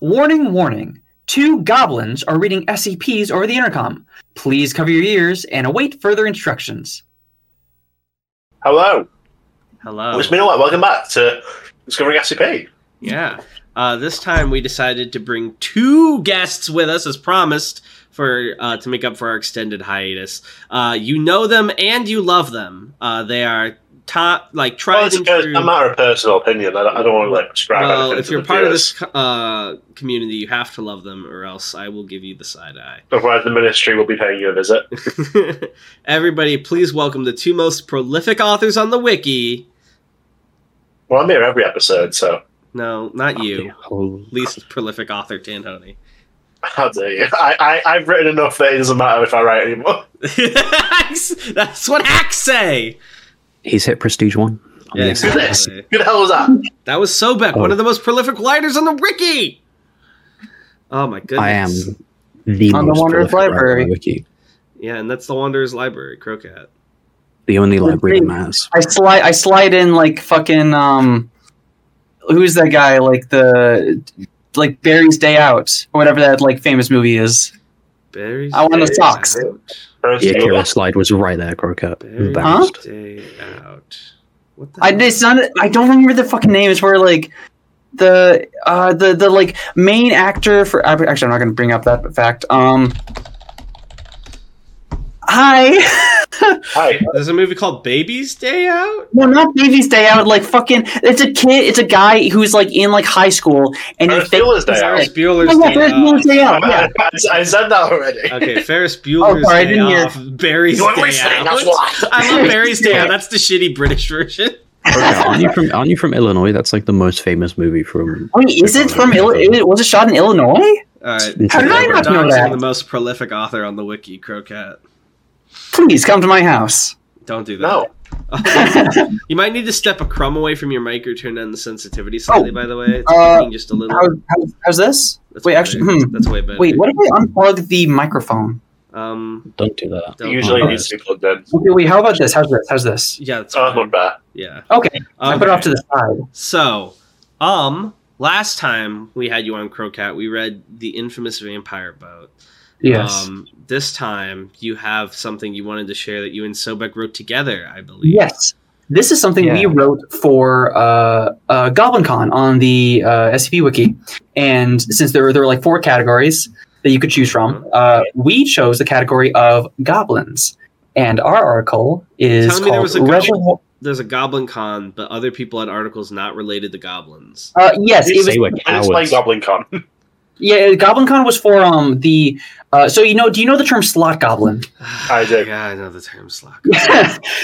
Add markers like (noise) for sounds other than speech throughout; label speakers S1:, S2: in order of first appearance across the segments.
S1: Warning, warning. Two goblins are reading SCPs over the intercom. Please cover your ears and await further instructions.
S2: Hello.
S3: Hello.
S2: Oh. It's been a while. Welcome back to Discovering SCP.
S3: Yeah. Uh, this time we decided to bring two guests with us, as promised, for uh, to make up for our extended hiatus. Uh, you know them and you love them. Uh, they are top, like
S2: Well,
S3: tried
S2: it's
S3: and
S2: a,
S3: true.
S2: a matter of personal opinion. I don't, I don't want to like prescribe
S3: Well,
S2: anything
S3: if
S2: to
S3: you're
S2: the
S3: part of
S2: viewers.
S3: this co- uh, community, you have to love them, or else I will give you the side eye. (laughs)
S2: Otherwise, the ministry will be paying you a visit.
S3: Everybody, please welcome the two most prolific authors on the wiki.
S2: Well, I'm here every episode, so (laughs)
S3: No, not you. Least prolific author, Tanhoney. (laughs)
S2: how dare you? I, I, I've written enough that it doesn't matter if I write anymore. (laughs)
S3: That's what hacks say.
S4: He's hit prestige one. on
S3: Yeah,
S4: the E
S2: Who
S4: SCP.
S2: this? Who the hell was that?
S3: That was Sobek, one
S4: Oh.
S3: of the most prolific writers on the wiki. Oh my goodness!
S4: I am the
S5: On the
S4: most
S5: Wanderer's
S4: prolific writer
S5: Library.
S4: on Wiki.
S3: Yeah, and that's the Wanderer's Library, Crocat.
S4: The only
S5: Good
S4: library
S5: thing.
S4: that matters.
S5: I slide I slide in like fucking um who's that guy like the like Barry's Day Out or whatever that like famous movie is.
S3: Barry's
S5: I want the
S3: Day
S5: socks.
S3: Out.
S2: First
S4: The
S2: of all,
S4: Akira slide was right there, Crocut.
S3: Barry's
S5: Huh?
S4: Embarrassed.
S3: Day Out. What the
S5: I
S3: hell?
S5: it's not I don't remember the fucking name. It's where like the uh the the like main actor for actually I'm not gonna bring up that fact. Um Hi. (laughs)
S2: Hi.
S3: There's a movie called Baby's Day Out.
S5: No, not Baby's Day Out. Like fucking, it's a kid. It's a guy who's like in like high school, and you
S2: Ferris
S5: think
S2: Bueller's (laughs) Day Out.
S3: Ferris Bueller's
S5: Oh, yeah,
S3: Day
S5: Ferris
S3: Off.
S5: Bueller's Day Out. Yeah.
S2: I, I said that already.
S3: (laughs) Okay,
S5: (laughs)
S3: Ferris Bueller's
S5: sorry, I
S3: Day
S5: didn't hear.
S3: Off.
S2: (laughs)
S3: Barry's
S2: You weren't
S3: Day
S2: listening,
S3: Out.
S2: that's why. (laughs)
S3: I love Barry's Day Out. That's the shitty British version.
S4: Crocat, aren't you from aren't you from Illinois? That's like the most famous movie from
S5: Wait, is it from Illinois? Was it shot in Illinois?
S3: All right.
S4: How did I
S5: not know
S3: Doxing
S5: that?
S3: The most prolific author on the wiki, Crocat.
S5: Please come to my house. (laughs)
S3: Don't do that.
S2: No.
S3: you might need to step a crumb away from your mic or turn down the sensitivity slightly.
S5: Oh,
S3: by the way, it's
S5: uh,
S3: peaking just a little.
S5: How, how, how's this?
S3: That's
S5: wait,
S3: way
S5: actually,
S3: better.
S5: hmm.
S3: that's way better.
S5: Wait, what if I unplug the microphone?
S3: Um,
S4: Don't do that.
S3: don't-
S2: usually
S4: Oh,
S2: it needs to be plugged in.
S5: Okay, wait. How about this? How's this? How's this?
S3: yeah, that's
S2: Oh,
S3: fine.
S2: not bad.
S3: yeah.
S5: Okay, I put it
S3: Okay.
S5: off to the side.
S3: So, um, last time we had you on Crocat, we read the infamous vampire boat.
S5: Yes.
S3: Um, this time you have something you wanted to share that you and Sobek wrote together, I believe.
S5: yes. This is something we
S4: Yeah.
S5: wrote for uh, uh, GoblinCon on the uh, SCP Wiki, and since there were there were like four categories that you could choose
S3: Mm-hmm.
S5: from, uh, we chose the category of goblins, and our article is
S3: Tell me there
S5: called
S3: was a goblin.
S5: Reservoir-
S3: There's a goblin con, but other people had articles not related to goblins.
S5: Uh, yes, it was
S4: They were
S2: And it's playing
S4: cowards.
S2: Goblin Con.
S5: Yeah, GoblinCon was for um the uh, so you know do you know the term slot goblin? (laughs)
S3: (sighs)
S2: I do.
S3: Yeah, I know the term slack.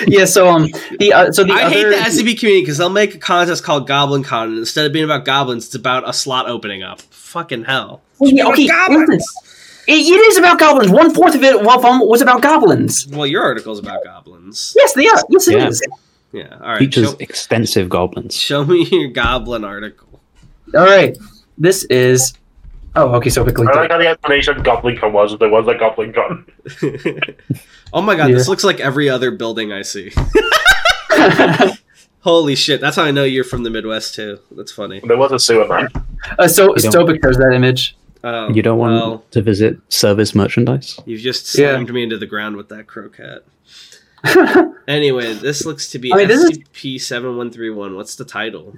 S5: yeah, so um the uh, so the
S3: I
S5: other
S3: hate the SCP community because they'll make a contest called Goblin Con, and instead of being about goblins, it's about a slot opening up. Fucking hell!
S5: Well, yeah, okay, listen. It, it is about goblins. One fourth of it of them was about goblins.
S3: Well, your article's about goblins.
S5: Yes, they are. Yes, it
S4: Yeah.
S5: is.
S3: Yeah. All right.
S4: Features
S3: Show,
S4: extensive goblins.
S3: show me your goblin article. (laughs)
S5: All right, this is. Oh, okay. So quickly. (laughs)
S2: I like how the explanation Goblin Con was, there was a Goblin Con. (laughs)
S3: oh my god, this
S5: Yeah.
S3: looks like every other building I see.
S5: Uh,
S3: Holy shit! That's how I know you're from the Midwest too. That's funny.
S2: There was a sewer man.
S5: uh, so
S4: You don't-
S5: Stobic shows that image.
S3: Um,
S4: You don't want
S3: Well,
S4: to visit service merchandise.
S3: you've just
S5: Yeah.
S3: slammed me into the ground with
S5: (laughs)
S3: that croquette. Anyway, this looks to be
S5: I mean, this is-
S3: SCP seven one three one. What's the title?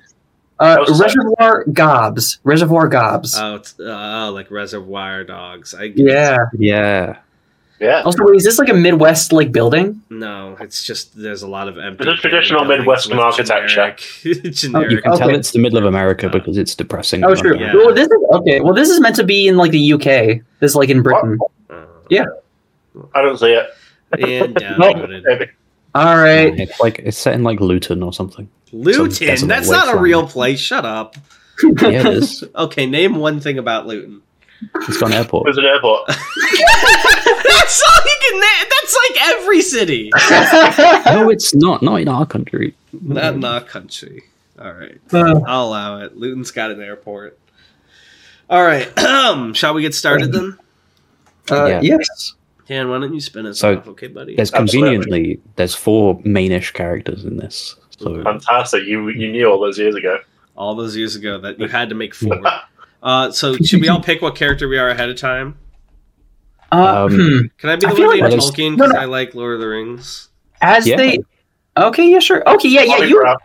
S5: Uh,
S2: was excited.
S5: Reservoir Gobs. Reservoir Gobs.
S4: Um,
S3: Oh, it's, oh, like Reservoir Dogs. I get it.
S5: yeah.
S4: Yeah.
S2: Yeah.
S5: Also, wait, is this like a Midwest like building?
S3: No, it's just there's a lot of empty.
S2: It's a traditional
S3: buildings
S2: Midwestern
S3: with
S2: architecture.
S3: Generic, (laughs)
S4: Oh, You
S3: generic.
S4: can tell
S5: Okay.
S4: it's the middle of America because it's depressing.
S5: Oh, true.
S3: Yeah.
S5: Well, this is okay. Well, this is meant to be in like the UK. This is like in Britain.
S3: Uh,
S5: Yeah.
S2: Oh. I don't see it.
S3: And
S5: Nope.
S3: downvoted.
S2: Maybe.
S5: All right.
S4: It's like it's set in like Luton
S5: (laughs)
S4: or something. Some
S3: Luton.
S4: desolate
S3: That's not a
S4: wasteland.
S3: real place. Shut up.
S4: Yeah, it is.
S3: Okay, name one thing about Luton. (laughs)
S4: It's got an airport.
S2: There's an airport.
S3: that's all you can name. That's like every city,
S4: No, it's not. Not in our country.
S5: Uh,
S3: not in our country. All right,
S4: Uh.
S3: I'll allow it. Luton's got an airport. All right, (clears throat) Um, shall we get started then?
S5: Uh,
S4: Yeah.
S5: Yes.
S3: Dan, why don't you spin us
S4: So,
S3: off, okay, buddy?
S4: There's
S2: Absolutely.
S4: conveniently there's four mainish characters in this. So
S2: Fantastic. You you knew all those years ago.
S3: all those years ago that you had to
S2: (laughs)
S3: make forward. Uh, so should we all pick what character we are ahead of time?
S5: Uh,
S4: Um,
S5: hmm.
S3: Can I be
S5: I
S3: the
S5: feel
S3: one
S5: like
S3: named
S4: that is-
S3: Tolkien
S5: no,
S3: because
S5: no.
S3: I like Lord of the Rings?
S5: As
S4: yeah.
S5: they, okay, yeah, sure, okay, yeah, yeah,
S2: I'll be
S5: you.
S2: brown-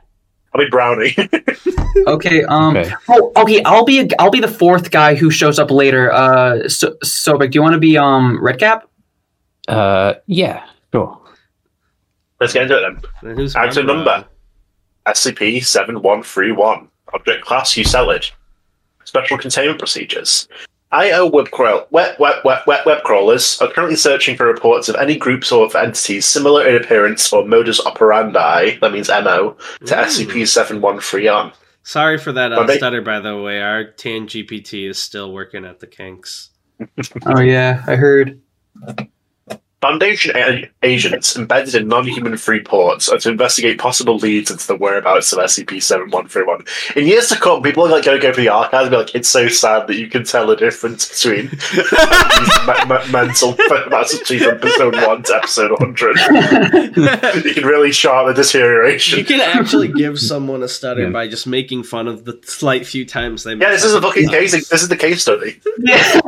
S2: I'll be brownie. (laughs)
S5: Okay, um,
S4: Okay.
S5: oh, okay, I'll be a, I'll be the fourth guy who shows up later. Uh, so, Sobek, do you want to be um Red Cap?
S4: Uh, yeah, sure.
S2: Let's get into it then.
S3: Then who's
S2: Add to number. SCP 7131. Object class Uselid. Special containment procedures. IO web, crawl- web, web, web, web, web crawlers are currently searching for reports of any groups or of entities similar in appearance or modus operandi, that means MO, to
S3: Ooh.
S2: SCP 7131.
S3: Sorry for that
S2: But
S3: uh,
S2: they-
S3: stutter, by the way. Our Tan GPT is still working at
S2: (laughs)
S3: the kinks.
S5: Oh yeah, I (laughs) heard.
S2: Foundation a- agents embedded in non-human free ports are to investigate possible leads into the whereabouts of SCP-7131. In years to come, people are like going to go for the archives and be like, "It's so sad that you can tell the difference between (laughs) these me- me- mental pathology from episode one to episode hundred.
S3: you
S2: You can really chart the deterioration."
S3: can actually
S2: (laughs)
S3: give someone a stutter
S4: Yeah.
S3: by just making fun of the slight few times they.
S2: Yeah, this is a fucking case. This is the case study.
S5: Yeah.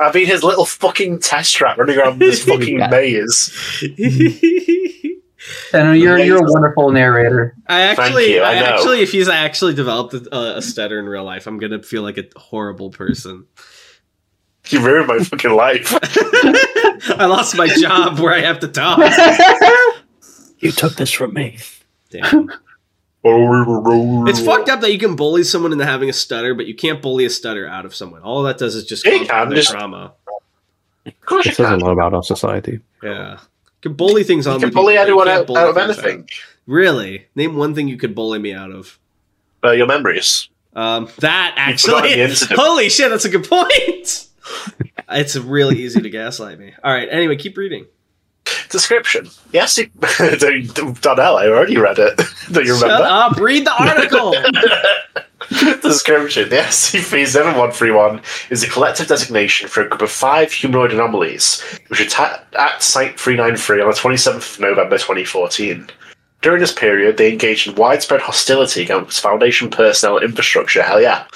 S2: I mean, his little fucking test trap running around this fucking
S4: Yeah.
S2: maze.
S5: I know you're
S2: Yeah,
S5: you're a
S2: he's-
S5: wonderful (laughs) narrator.
S3: (laughs) I actually,
S2: you,
S3: I,
S2: I know.
S3: actually, if he's actually developed a, a stutter in real life, I'm gonna feel like a horrible person.
S2: You ruined my fucking life.
S3: (laughs) I lost my job where I have to talk.
S4: You took this from me.
S3: Damn. It's
S2: it's
S3: fucked up that you can bully someone into having a stutter, but you can't bully a stutter out of someone. All that does is just
S2: Yeah, you
S3: cause
S2: can,
S3: their
S2: just-
S3: trauma.
S2: Of course you
S4: It says a
S2: can.
S4: lot about our society.
S3: Yeah, you can bully things on.
S2: You Um, can bully anyone out, out of anything.
S3: Really? Name one thing you could bully me out of.
S2: Uh, your memories.
S3: Um, that
S2: You forgot
S3: actually.
S2: the incident.
S3: (laughs) Holy shit! That's a good point. it's really easy to gaslight me. All right. Anyway, keep reading.
S2: Description. Yes, you- (laughs) Don't- Donnell, I already read it. (laughs) Don't you
S3: Shut
S2: remember?
S3: up. Read the article.
S2: (laughs) Description. The SCP-7131 is a collective designation for a group of five humanoid anomalies, which attacked at Site 393 on the 27th of November 2014. During this period, they engaged in widespread hostility against Foundation personnel and infrastructure, hell yeah,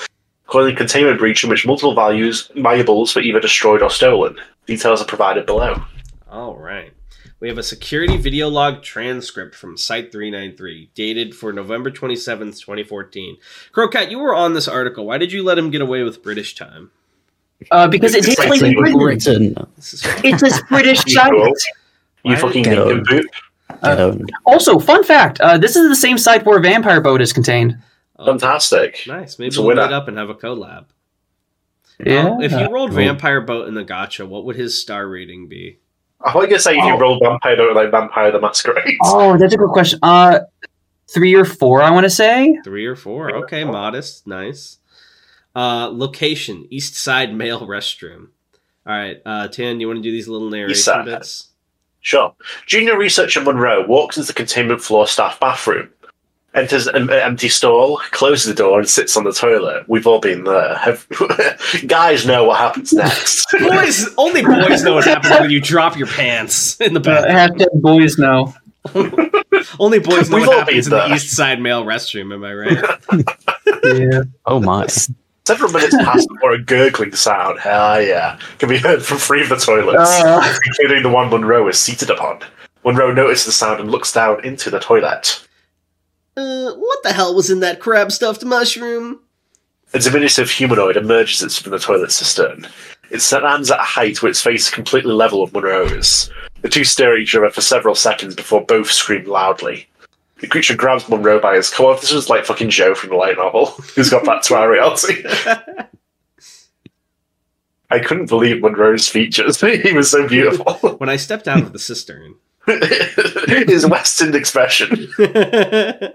S2: causing a containment breach in which multiple values, valuables were either destroyed or stolen. Details are provided below.
S3: All right. We have a security video log transcript from Site 393, dated for November 27th, 2014. Crowcat, you were on this article. Why did you let him get away with British time?
S5: Uh, because it
S2: It's
S5: did like
S2: like
S5: Britain.
S2: Britain.
S4: Britain.
S3: This is fine.
S5: It's this
S2: (laughs)
S5: British
S2: You
S5: site.
S2: go.
S3: Why
S2: You
S3: did-
S2: fucking
S4: Get
S2: geek
S4: on.
S2: and boot.
S4: Don't.
S5: Also, fun fact: uh, this is the same site where Vampire Boat is contained.
S3: Oh,
S2: Fantastic.
S3: Nice. Maybe
S2: It's a
S3: we'll meet
S2: winner.
S3: up and have a collab.
S5: Yeah.
S3: Oh, if you rolled
S4: Ooh.
S3: Vampire Boat in the gotcha, what would his star rating be?
S2: I thought you were gonna say if you roll Vampire Don't like Vampire the Masquerade.
S5: (laughs) Oh, that's a good question. Uh, three or four, I want to say.
S3: Three or four?
S2: Three or
S3: Okay,
S2: four.
S3: modest. Nice. Uh, location East Side Male Restroom. All right, uh, Tan, you want to do these little narration
S2: Side.
S3: bits?
S2: Sure. Junior researcher Monroe walks into the containment floor staff bathroom, enters an an empty stall, closes the door, and sits on the toilet. We've all been there. Have- (laughs) Guys know what happens next.
S3: boys, only boys know what happens when you drop your pants in the
S5: Uh,
S3: bathroom.
S5: hashtag boys know.
S3: Only boys know
S2: We've
S3: what
S2: all
S3: happens in
S2: been
S3: the
S2: there.
S3: East Side male restroom. Am I right?
S5: Yeah.
S4: Oh my.
S2: Several minutes pass before a gurgling sound. Hell yeah. Can be heard from three of the toilets.
S5: (laughs) Uh,
S2: including the one Monroe is seated upon. Monroe notices the sound and looks down into the toilet.
S3: (laughs) uh, what the hell was in that crab stuffed mushroom?
S2: A diminutive humanoid emerges from the toilet cistern. It stands at a height where its face is completely level with Monroe's. The two stare at each other for several seconds before both scream loudly. The creature grabs Monroe by his collar. This is like fucking Joe from the light novel, (laughs) who's got back to our reality. (laughs) I couldn't believe Monroe's features. (laughs) he was so beautiful. (laughs)
S3: When I stepped out of the (laughs) cistern.
S2: his Western expression. The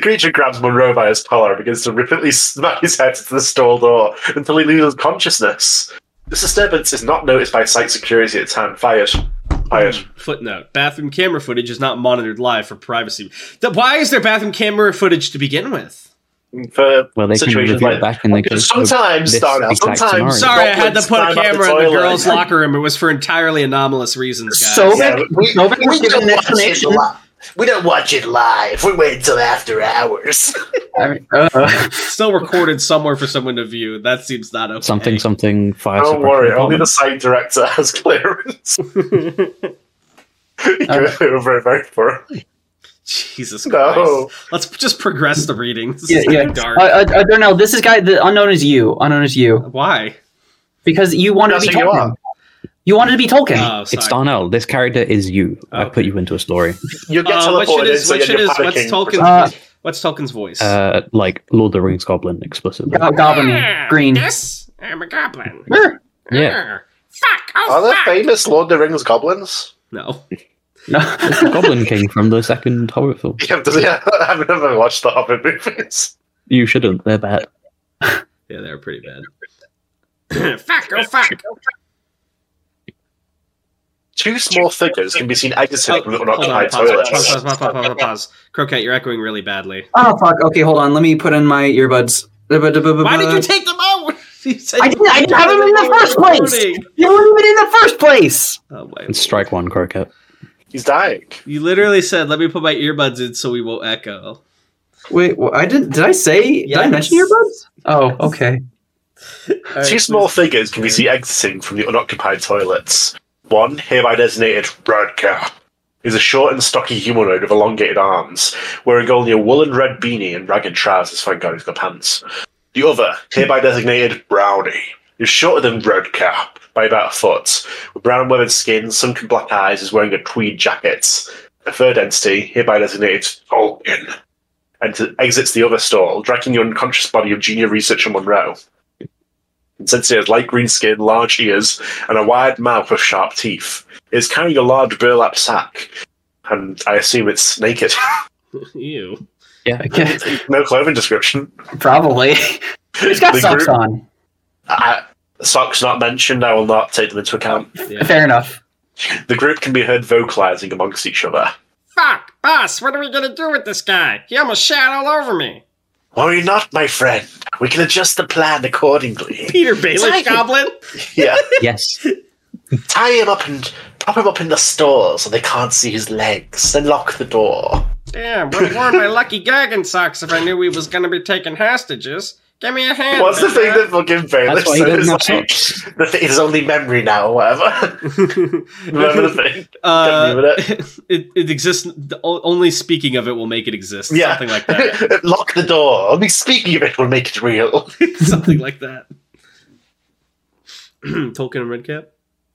S2: creature grabs Monroe by his collar and begins to rapidly smack his head to the stall door until he loses consciousness. This disturbance is not noticed by site security at the time. Fired. Fired.
S3: Footnote: Bathroom camera footage is not monitored live for privacy. Th- why is there bathroom camera footage to begin with?
S2: Hmm. For
S4: Well, they can
S2: situations
S4: review it
S2: like
S4: back and they can.
S2: Sometimes,
S4: this
S2: Darnell,
S4: exact scenario.
S2: sometimes.
S3: Sorry, I had to put
S2: goblins
S3: a
S2: climb up
S3: camera in the
S2: toilet.
S3: girls' locker room. It was for entirely anomalous reasons, guys.
S5: So-
S2: Yeah, we,
S5: Nobody
S2: we
S5: was given an
S2: don't want to see the
S5: explanation.
S2: la- We don't watch it live. We wait until after (laughs) hours.
S5: I mean, uh,
S3: Still recorded somewhere for someone to view. That seems not okay.
S4: Something, something, fire.
S2: Don't
S4: suppression
S2: worry, only
S4: department.
S2: the site director has (laughs) clearance. you
S3: Um,
S2: go over it very thoroughly.
S3: Jesus Christ.
S2: No.
S3: Let's just progress the reading. This (laughs)
S5: yeah,
S3: is
S5: yeah.
S3: getting dark.
S5: Uh, uh, uh, Darnell, this is guy. The unknown is you. Unknown is you
S3: Why?
S5: because you wanted to
S2: That's
S5: be
S2: who you
S5: Tolkien.
S2: are.
S5: You, wanted to be Tolkien.
S3: Oh,
S4: It's
S3: sorry.
S4: Darnell. This character is you.
S2: Oh,
S4: I
S3: Okay.
S4: put you into a story.
S2: You get
S3: Uh, which
S2: teleported
S3: it is?
S2: so
S3: Which
S2: you're
S3: it is? What's
S2: panicking.
S3: Tolkien's?
S5: Uh,
S3: what's Tolkien's voice?
S4: Uh, like Lord of the Rings Goblin explicitly.
S5: Go- goblin
S3: (laughs)
S5: green.
S3: Yes, Mm, I'm a goblin. Mm,
S5: Sure.
S4: Yeah.
S3: Fuck.
S2: Are there famous Lord of the Rings goblins?
S3: No.
S5: No. (laughs)
S4: Goblin King from the second Hobbit film.
S2: (laughs) Yeah, does- yeah, I've never watched the Hobbit movies.
S4: You shouldn't. They're bad.
S3: Yeah, they're pretty bad. fuck. Oh fuck.
S2: Two small figures can be seen exiting from the
S3: Oh, hold on,
S2: unoccupied
S3: pause, pause, pause,
S2: toilets.
S3: pause, pause, pause, pause, pause. Croquette, you're echoing really badly.
S5: Oh fuck. Okay, hold on. Let me put in my earbuds.
S3: Why
S5: Why
S3: did you take them out? (laughs) You said
S5: Uh, I didn't- I didn't have them in the first place.
S3: Recording.
S5: You weren't even in the first place.
S3: Oh, wait.
S4: And strike one, Croquette.
S2: He's dying.
S3: You literally said, "Let me put my earbuds in so we won't echo."
S5: Wait, wh- I didn't. Did I say? Did I
S3: Yes.
S5: mention earbuds? Oh, okay. Uh,
S2: Two small figures can be seen exiting from the unoccupied toilets. One, hereby designated Radka, is a short and stocky humanoid with elongated arms, wearing only a woolen red beanie and ragged trousers. Thank God he's got pants. The other, hereby designated Brownie, is shorter than Radka by about a foot, with brown weathered skin, sunken black eyes, is wearing a tweed jacket. The third entity, hereby designated Tolkien, ent- exits the other stall, dragging the unconscious body of junior researcher Monroe. And since he has light green skin, large ears, and a wide mouth with sharp teeth, he is carrying a large burlap sack. And I assume it's naked. (laughs)
S3: Ew.
S5: Okay,
S2: no clothing description.
S5: (laughs) Probably. He's got
S2: The
S5: socks
S2: group-
S5: on.
S2: I- Uh, socks not mentioned. I will not take them into account.
S3: Yeah.
S5: Fair enough.
S2: The group can be heard vocalizing amongst each other.
S3: Fuck, boss. What are we gonna do with this guy? (laughs) He almost shat all over me.
S2: Worry not, my friend. We can adjust the plan accordingly. (laughs)
S3: Peter Baelish
S2: Psycho.
S3: Goblin.
S2: yeah,
S4: Yes.
S2: tie him up and prop him up in the stall so they can't see his legs. Then lock the door.
S3: Damn, would have worn my lucky gagging socks if I knew we was gonna be taking hostages. Give me a hand.
S2: What's the thing that fucking Baelish
S4: That's why he
S2: said?
S4: doesn't have
S2: It's like, (laughs)
S4: socks.
S2: the thing, his only memory now, or whatever. (laughs)
S3: (laughs)
S2: Remember the thing?
S3: Uh,
S2: Can't
S3: it. (laughs) it exists. the- o- Only speaking of it will make it exist.
S2: Yeah.
S3: Something like
S2: (laughs)
S3: that. (laughs)
S2: Lock the door. Only speaking of it will make it real.
S3: something like that. (clears throat) Tolkien and Redcap.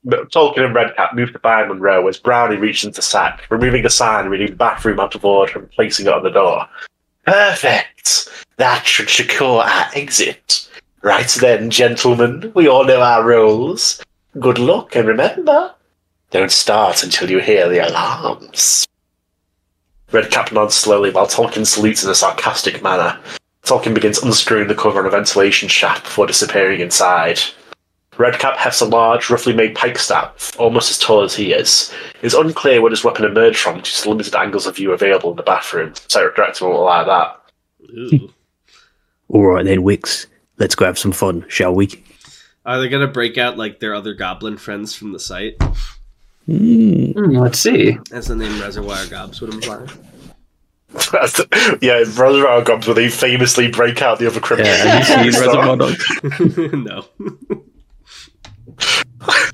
S2: But Tolkien and Redcap moved to Byron Monroe as Brownie reached into the sack, removing the sign reading bathroom out of order and placing it on the door. Perfect. That should secure our exit. Right then, gentlemen, we all know our roles. Good luck and remember, don't start until you hear the alarms. Redcap nods slowly while Tolkien salutes in a sarcastic manner. Tolkien begins unscrewing the cover on a ventilation shaft before disappearing inside. Redcap hefts a large, roughly made pike staff, almost as tall as he is. It's unclear where his weapon emerged from due to the limited angles of view available in the bathroom. So director won't allow that. (laughs)
S3: Ooh.
S4: All right then, Wicks. Let's go have some fun, shall
S3: (laughs)
S4: we?
S3: Are they gonna break out like their other goblin friends from the site?
S4: Mm.
S5: Hmm, let's see.
S3: As the name Reservoir Gobs would imply. (laughs)
S2: That's the- yeah, Reservoir Goblins, where they famously break out the other criminals.
S4: Yeah,
S2: (laughs)
S4: have you seen Reservoir Dogs?
S3: no. (laughs)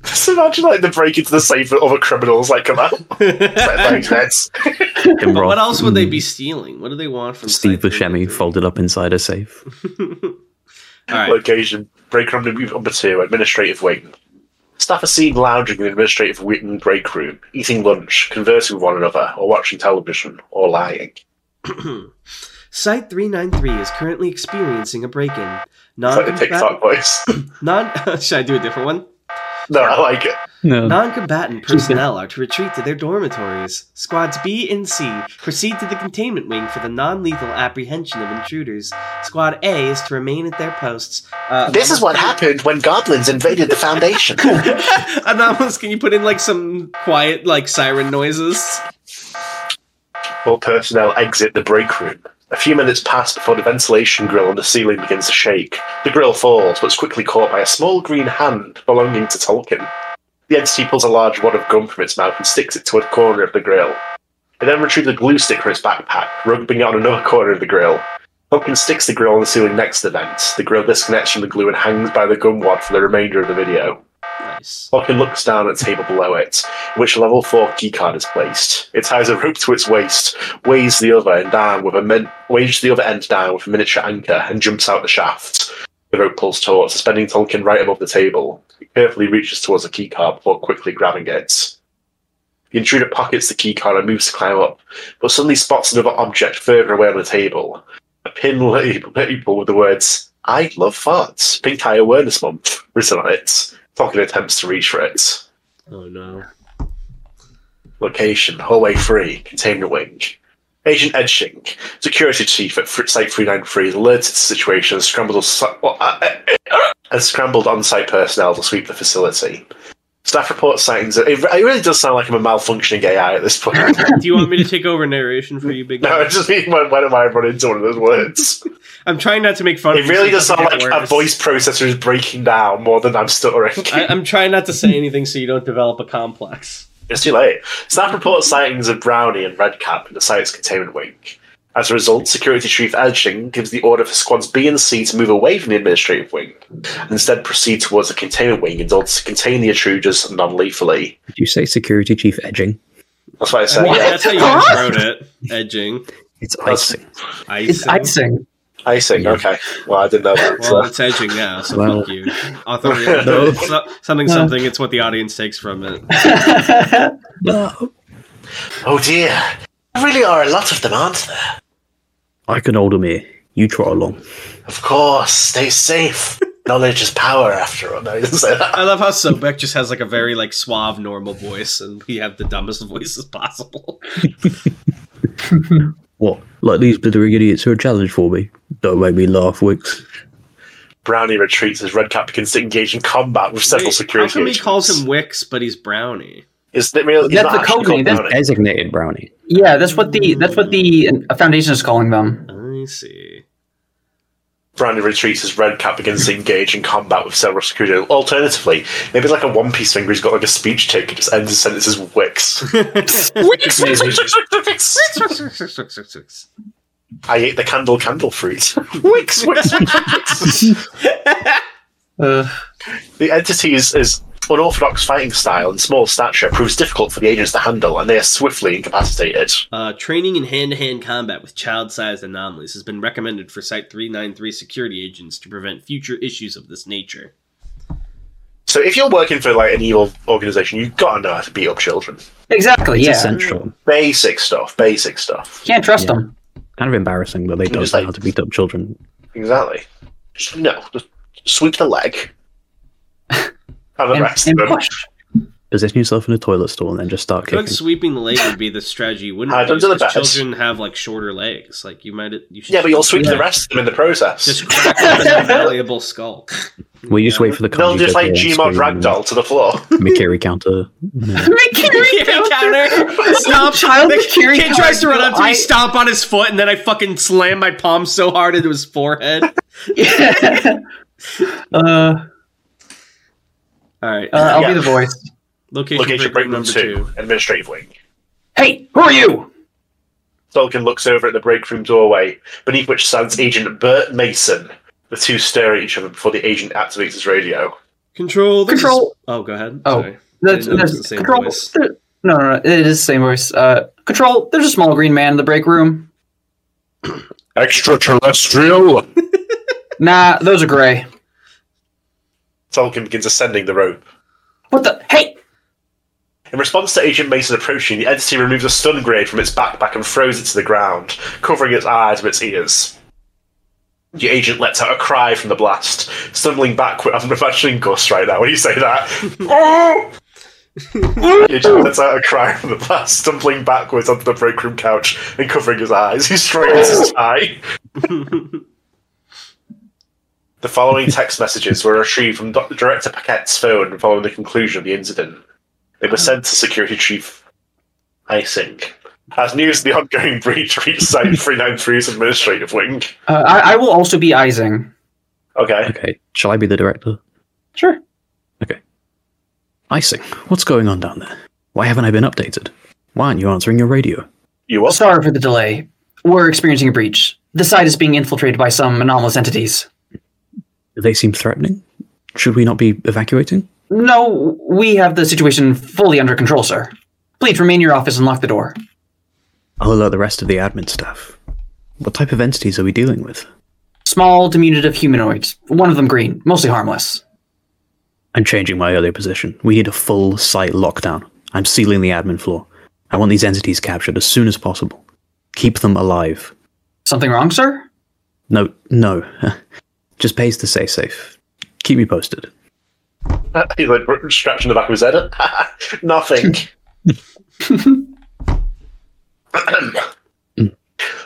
S2: Just imagine like they break into the safe and other criminals like come out.
S3: but
S2: Thanks, Neds.
S4: Tim Roth.
S3: what else would they be
S4: Mm.
S3: stealing? What do they want from
S4: Steve
S3: Site
S4: Buscemi
S3: 33?
S4: folded up inside a safe.
S3: All right.
S2: Location break room number two, administrative wing. Staff are seen lounging in the administrative wing break room, eating lunch, conversing with one another, or watching television, or lying.
S3: (clears throat) Site 393 is currently experiencing a break in.
S2: It's
S3: Non
S2: like the
S4: Uh,
S2: TikTok voice.
S3: non (laughs) Should I do a different one?
S2: No, I like it.
S4: No.
S3: Non combatant personnel are to retreat to their dormitories. Squads B and C proceed to the containment wing for the non lethal apprehension of intruders. Squad A is to remain at their posts. Uh,
S2: This
S3: (laughs)
S2: is what happened when goblins invaded the foundation.
S3: Anomalous, can you put in like some quiet, like siren noises?
S2: All personnel exit the break room. A few minutes pass before the ventilation grill on the ceiling begins to shake. The grill falls, but is quickly caught by a small green hand belonging to Tolkien. The entity pulls a large wad of gum from its mouth and sticks it to a corner of the grill. It then retrieves a glue stick from its backpack, rubbing it on another corner of the grill. Pumpkin sticks the grill on the ceiling next to the vent. The grill disconnects from the glue and hangs by the gum wad for the remainder of the video.
S3: Nice.
S2: Pumpkin looks down at the table below it, in which a level 4 keycard is placed. It ties a rope to its waist, weighs the other end down with a min- weighs the other end down with a miniature anchor, and jumps out the shaft. The rope pulls taut, suspending Tonkin right above the table. It carefully reaches towards the keycard before quickly grabbing it. The intruder pockets the keycard and moves to climb up, but suddenly spots another object further away on the table. A pin (laughs) label label with the words, I love farts, Pink Eye Awareness Month, written on it. Tonkin attempts to reach for it.
S3: Oh no.
S2: Location, hallway 3, containment wing. Agent Edshink, security chief at fr- Site 393, is alerted to the situation and scrambled, uh, and scrambled on-site personnel to sweep the facility. Staff report sightings. It, it really does sound like I'm a malfunctioning AI at
S3: (laughs)
S2: this point.
S3: Do you want me to take over narration for you, big?
S2: no,
S3: guy?
S2: I just mean when, when have I run into one of those words?
S3: I'm trying not to make fun.
S2: It
S3: of
S2: really
S3: you,
S2: does
S3: so it
S2: sound like
S3: doesn't get
S2: a
S3: worse.
S2: voice processor is breaking down more than I'm stuttering.
S3: (laughs) I, I'm trying not to say anything so you don't develop a complex.
S2: It's too late. Staff report sightings of Brownie and Redcap in the site's containment wing. As a result, Security Chief Edging gives the order for squads B and C to move away from the administrative wing and instead proceed towards the containment wing in order to contain the intruders non lethally.
S4: Did you say security chief edging?
S2: That's what I said.
S3: Well,
S2: Yeah.
S3: That's how you guys wrote it. Edging.
S4: It's
S2: That's-
S4: icing.
S3: Icing.
S5: It's icing.
S2: Icing,
S4: Yeah.
S2: okay. Well, I didn't know that. so.
S3: Well, it's edging now, so
S4: Well.
S3: fuck you. Author, (laughs) so, something, something. It's what the audience takes from it.
S5: (laughs)
S2: Oh dear. There really are a lot of them, aren't there?
S4: I can hold him here. You trot along.
S2: Of course, stay safe. Knowledge is power, after all. No, he didn't say that.
S3: I love how Sobek just has like a very like suave, normal voice, and we have the dumbest voices possible.
S4: What? Like these blithering idiots are a challenge for me? Don't make me laugh, Wicks.
S2: Brownie retreats as Redcap begins to engage in combat with several
S3: Wait,
S2: security
S3: How come he
S2: agents.
S3: calls him Wicks, but he's Brownie?
S2: Is that real?
S5: That's the code name, that's
S4: Designated brownie.
S5: Yeah, that's what the that's what the uh, foundation is calling them.
S3: I see. (laughs)
S2: Brandon retreats as Redcap begins to engage in combat with several security. Alternatively, maybe like a One Piece finger, he's got like a speech tick and just ends his sentences with wicks. Wicks, wicks, wicks, wicks, wicks, wicks. I ate the candle candle fruit. wicks, wicks, wicks, wicks.
S5: Uh,
S2: The entity's is unorthodox fighting style and small stature proves difficult for the agents to handle, and they are swiftly incapacitated.
S3: Uh, training in hand-to-hand combat with child-sized anomalies has been recommended for Site 393 security agents to prevent future issues of this nature.
S2: So if you're working for like an evil organization, you've got to know how to beat up children.
S5: exactly.
S4: It's
S5: Yeah,
S4: essential.
S2: Basic stuff. Basic stuff.
S5: can't trust
S4: Yeah.
S5: them. (laughs)
S4: Kind of embarrassing that they
S2: It
S4: don't
S2: was
S4: know
S2: like-
S4: how to beat up children.
S2: Exactly. Just, no, just sweep the leg. Have a
S5: And,
S2: rest.
S5: and
S2: then.
S5: push.
S4: Position yourself in a toilet stall and then just start
S3: I feel like
S4: kicking.
S3: sweeping the leg would be the strategy you wouldn't
S2: Ah,
S3: use,
S2: don't do the
S3: 'cause
S2: best.
S3: children have like shorter legs. Like you might you should
S2: Yeah, but you'll sweep
S3: Yeah.
S2: the rest of them in the process.
S3: just crack open a malleable
S5: (laughs)
S3: skull.
S4: We just wait for the
S2: They'll
S4: kanji
S2: just
S4: to
S2: like
S4: appear and
S2: Gmod
S4: scream and
S2: ragdoll to the floor.
S4: Mikiri counter.
S5: (laughs)
S3: counter. Stomp.
S5: Child
S3: The
S5: with carry
S3: kid tries to run up to me,
S5: I-
S3: stomp on his foot, and then I fucking slam my palm so hard into his
S5: (laughs)
S3: forehead. (laughs)
S5: uh,
S3: All right.
S5: Uh, I'll
S2: Yeah.
S5: be the voice.
S3: location,
S2: Location break
S3: break
S2: room
S3: number
S2: two,
S3: two.
S2: administrative wing.
S5: Hey, who are you?
S2: Tolkien looks over at the break room doorway, beneath which stands Agent Bert Mason. The two stare at each other before the agent activates his radio.
S3: Control. This
S5: Control-
S3: Is... Oh, go ahead.
S5: Oh.
S3: Sorry.
S5: That's,
S3: It is
S5: that's
S3: the same
S5: control.
S3: voice.
S5: there- No, no, no, it is the same voice. Uh, control. There's a small green man in the break room.
S2: Extraterrestrial!
S5: Nah, those are gray.
S2: Tolkien begins ascending the rope.
S5: What the? Hey,
S2: In response to Agent Mason approaching, the entity removes a stun grenade from its backpack and throws it to the ground, covering its eyes with its ears. The agent lets out a cry from the blast, stumbling backward. I'm imagining Gus right now when you say that. Oh! the agent lets out a cry from the blast, stumbling backwards onto the break room couch and covering his eyes. He straightens his tie. The following text messages were retrieved from Dr. Director Paquette's phone following the conclusion of the incident. They were sent to security chief Isink. As news of the ongoing (laughs) breach reached Site 393's administrative wing.
S5: uh, I, I will also be Ising.
S2: Okay.
S4: Okay, shall I be the director?
S5: Sure.
S4: Icing, what's going on down there? Why haven't I been updated? Why aren't you answering your radio?
S2: You will.
S1: Sorry for the delay. We're experiencing a breach. The site is being infiltrated by some anomalous entities.
S4: They seem threatening. Should we not be evacuating?
S1: No, we have the situation fully under control, sir. Please remain in your office and lock the door.
S4: I'll alert the rest of the admin staff. What type of entities are we dealing with?
S1: Small, diminutive humanoids. One of them green, mostly harmless.
S4: I'm changing my earlier position. We need a full site lockdown. I'm sealing the admin floor. I want these entities captured as soon as possible. Keep them alive.
S1: Something wrong, sir?
S4: No, no. (laughs) Just pays to stay safe. Keep me posted.
S2: He's like scratching the back of his head. (laughs) Nothing.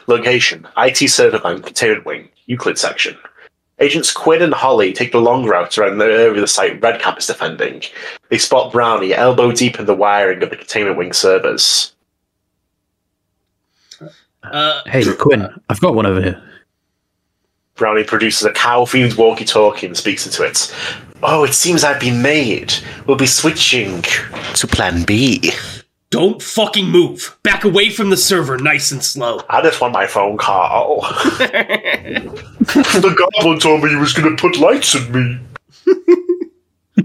S2: Location IT server bank containment wing, Euclid section. Agents Quinn and Holly take the long route around the area of the site Redcap is defending. They spot Brownie elbow deep in the wiring of the containment wing servers.
S3: Uh,
S4: Hey, Quinn, I've got one over here.
S2: Brownie produces a cow themed walkie talkie and speaks into it. Oh, it seems I've been made. We'll be switching to Plan B.
S3: don't fucking move. Back away from the server, nice and slow.
S2: I just want my phone call. (laughs) the goblin told me he was going to put lights in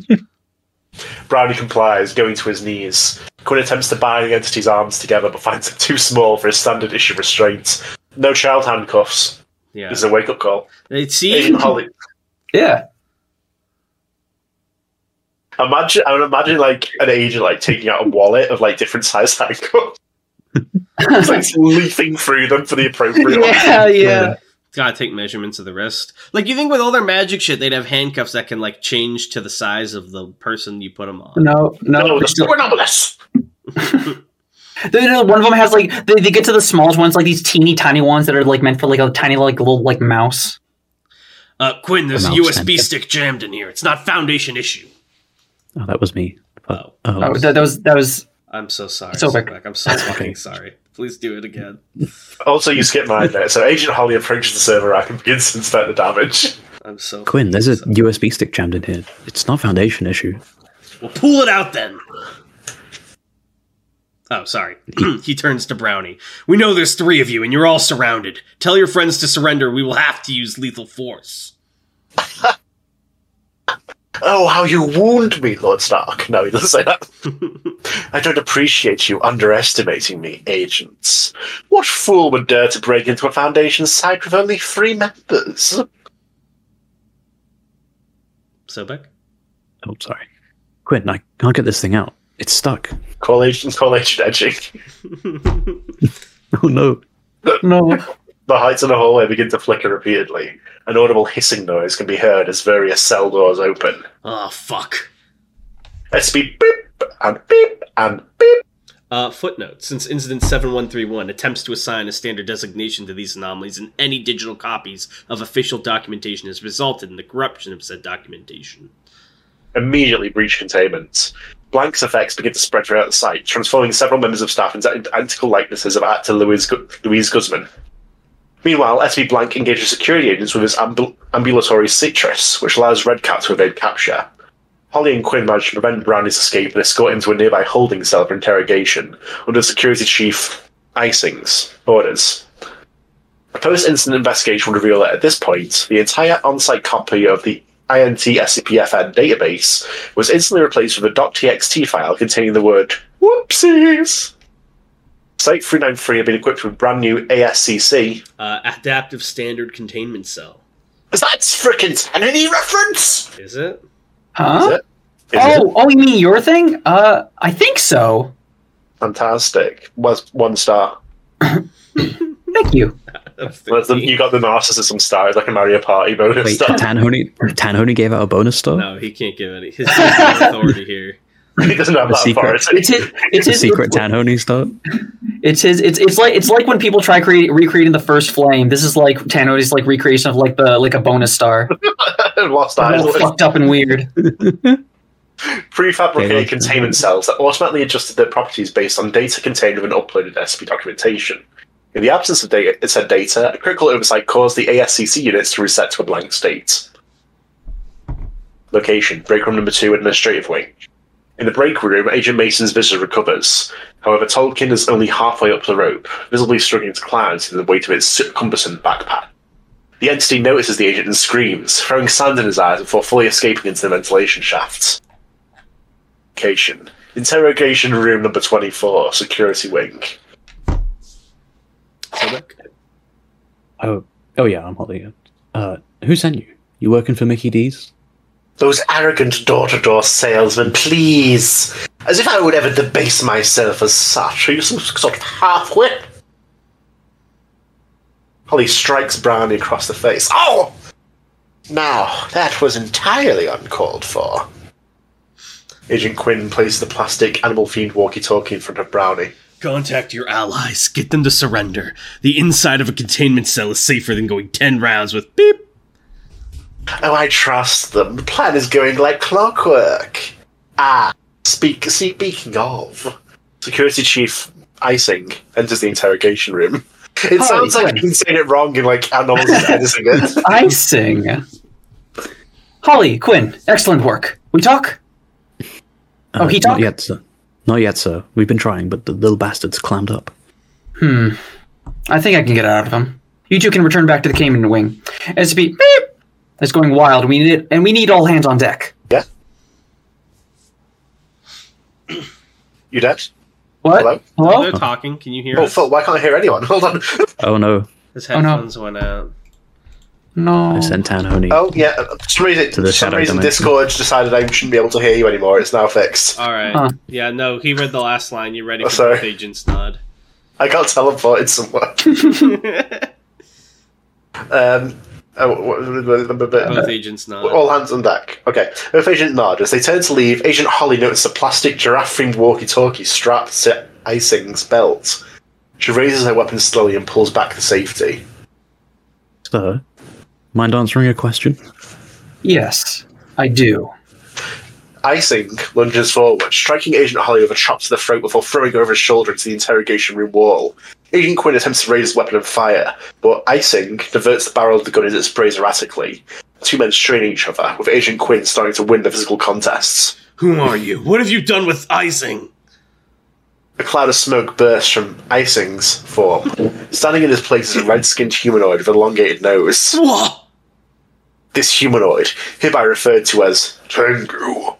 S2: me. (laughs) Brownie complies, going to his knees. Quinn attempts to bind the entity's arms together, but finds it too small for his standard issue restraints. No child handcuffs.
S3: Yeah.
S2: This is a wake up call.
S3: They see.
S2: Agent Holly.
S5: (laughs) Yeah.
S2: Imagine, I would imagine like an agent like taking out a wallet of like different size (laughs) handcuffs. It's like leafing through them for the appropriate one.
S5: Yeah, yeah.
S3: gotta take measurements of the wrist. Like you think with all their magic shit, they'd have handcuffs that can like change to the size of the person you put them on.
S5: No, no.
S2: No,
S5: they're
S2: the
S5: still-
S2: we're not less.
S5: they're- they're- one of them has like they, they get to the smallest ones, like these teeny tiny ones that are like meant for like a tiny like little like mouse.
S3: Uh, Quinn, there's a
S4: Mouse
S3: USB
S4: handcuff.
S3: stick jammed in here. It's not Foundation issue.
S4: Oh, that was me.
S3: Oh,
S4: Oh,
S5: Oh, that, that was that was
S3: I'm so sorry.
S5: It's over.
S3: Sobek. I'm so fucking sorry. Please do it again.
S2: Also, you skip mine there. So Agent Holly approaches the server rack and begins to inspect the damage.
S3: I'm so
S4: Quinn, there's a USB stick jammed in here. It's not foundation issue.
S3: Well, pull it out then. Oh, sorry. (clears throat) he turns to Brownie. We know there's three of you, and you're all surrounded. Tell your friends to surrender. We will have to use lethal force.
S2: Oh, how you wound me, Lord Stark. No, he doesn't say that. (laughs) I don't appreciate you underestimating me, agents. What fool would dare to break into a Foundation site with only three members?
S3: Sobek? (laughs)
S4: Oh, sorry. Quinn, I can't get this thing out. It's stuck. (laughs)
S2: Call agent, call agent edging.
S4: Oh, no.
S5: no.
S2: The heights in the hallway begin to flicker repeatedly. An audible hissing noise can be heard as various cell doors open.
S3: Oh, fuck.
S2: SB beep and beep and beep.
S3: Uh, footnote: Since Incident 7131 attempts to assign a standard designation to these anomalies in any digital copies of official documentation has resulted in the corruption of said documentation.
S2: immediately breach containment. Blank's effects begin to spread throughout the site, transforming several members of staff into identical likenesses of actor Louise, Gu- Louise Guzman. Meanwhile, SB Blank engages security agents with his ambul- ambulatory citrus, which allows Red Cap to evade capture. Holly and Quinn manage to prevent Brownie's escape and escort him to a nearby holding cell for interrogation under Security Chief Ising's orders. A post-incident investigation would reveal that at this point, the entire on-site copy of the INT SCPFN database was instantly replaced with a .txt file containing the word "whoopsies." Site 393 had been equipped with brand new ASCC.
S3: Uh, adaptive standard containment cell.
S2: Is that frickin' Tennedy reference?
S3: Is
S2: Is
S3: it?
S5: Huh?
S2: it? Is it?
S5: oh, oh, you mean your thing? Uh, I think so.
S2: Fantastic. Was one star.
S5: Thank you.
S2: Was the- you got the narcissism star. It's like a Mario Party bonus
S4: Wait,
S2: star.
S4: Tanhoney, Tanhoney gave out a bonus star?
S3: no, he can't give any. His authority here.
S2: (laughs) He doesn't have
S4: The
S2: that
S4: secret.
S2: authority.
S5: It's his. It's
S4: It's a
S5: his.
S4: secret Tanhoney star?
S5: It's his. It's it's like it's like when people try create, recreating the first flame. This is like Tanody's like recreation of like the like a bonus star.
S2: (laughs) Lost eyes.
S5: All fucked up and weird.
S4: Yeah.
S2: prefabricated containment cells that automatically adjusted their properties based on data contained within uploaded SP documentation. In the absence of data, said data, a critical oversight caused the ASCC units to reset to a blank state. Location: Break room number two, administrative wing. In the break room, Agent Mason's vision recovers. However, Tolkien is only halfway up the rope, visibly struggling to climb through the weight of its cumbersome backpack. The entity notices the agent and screams, throwing sand in his eyes before fully escaping into the ventilation shafts. Interrogation. Interrogation room number 24, security wing.
S3: Sobek?
S4: Oh, oh yeah, I'm Holly. Uh, who sent you? You working for Mickey D's?
S2: Those arrogant door to door salesmen, please! As if I would ever debase myself as such. Are you some sort of halfwit? Holly strikes Brownie across the face. Oh! Now, that was entirely uncalled for. Agent Quinn places the plastic animal themed walkie talkie in front of Brownie.
S3: Contact your allies. Get them to surrender. The inside of a containment cell is safer than going 10 rounds with beep.
S2: Oh, I trust them. The plan is going like clockwork. Ah, speak, speaking of. Security Chief Icing enters the interrogation room. It
S5: Hi,
S2: sounds like
S5: Quinn.
S2: I've been saying it wrong in like how novels is editing it.
S5: I sing.
S1: Holly, Quinn, excellent work. We talk?
S4: Uh,
S5: he
S4: not
S5: talked?
S4: yet, sir. Not yet, sir. We've been trying, but the little bastard's clammed up.
S1: I think I can get out of him. You two can return back to the Cayman wing. SCP beep, is going wild. We need it, and we need all hands on deck.
S2: Yeah. You dead?
S1: What?
S2: Hello?
S3: While
S1: Hello?
S3: they're talking. Can you hear
S2: Oh,
S3: us?
S2: fuck, why can't I hear anyone? Hold on.
S4: Oh no,
S3: His
S1: Oh, no.
S3: headphones went out.
S1: No.
S4: I sent Tan Honey.
S2: Oh, yeah. For some reason,
S4: To the
S2: for some
S4: shadow
S2: reason
S4: dimension.
S2: Discord decided I shouldn't be able to hear you anymore. It's now fixed.
S3: All right.
S1: Huh.
S3: Yeah, no, he read the last line. You're ready
S2: Oh,
S3: for
S2: sorry.
S3: the agent's
S2: (laughs)
S3: nod.
S2: I got teleported somewhere. Um, oh,
S3: Both agents nod.
S2: All hands on deck. Okay. With Agent Nod, as they turn to leave, Agent Holly notices a plastic giraffe themed walkie talkie strapped to Ising's belt. She raises her weapon slowly and pulls back to safety.
S4: Sir, mind answering a question?
S1: Yes, I do.
S2: Ising lunges forward, striking Agent Holly with a chop to the throat before throwing her over his shoulder into the interrogation room wall. Agent Quinn attempts to raise his weapon and fire, but Ising diverts the barrel of the gun as it sprays erratically. The two men strain each other, with Agent Quinn starting to win the physical contests.
S3: Whom are you? What have you done with icing?
S2: A cloud of smoke bursts from Ising's form. Standing in his place is a red skinned humanoid with an elongated nose.
S3: Whoa!
S2: This humanoid, hereby referred to as Tengu,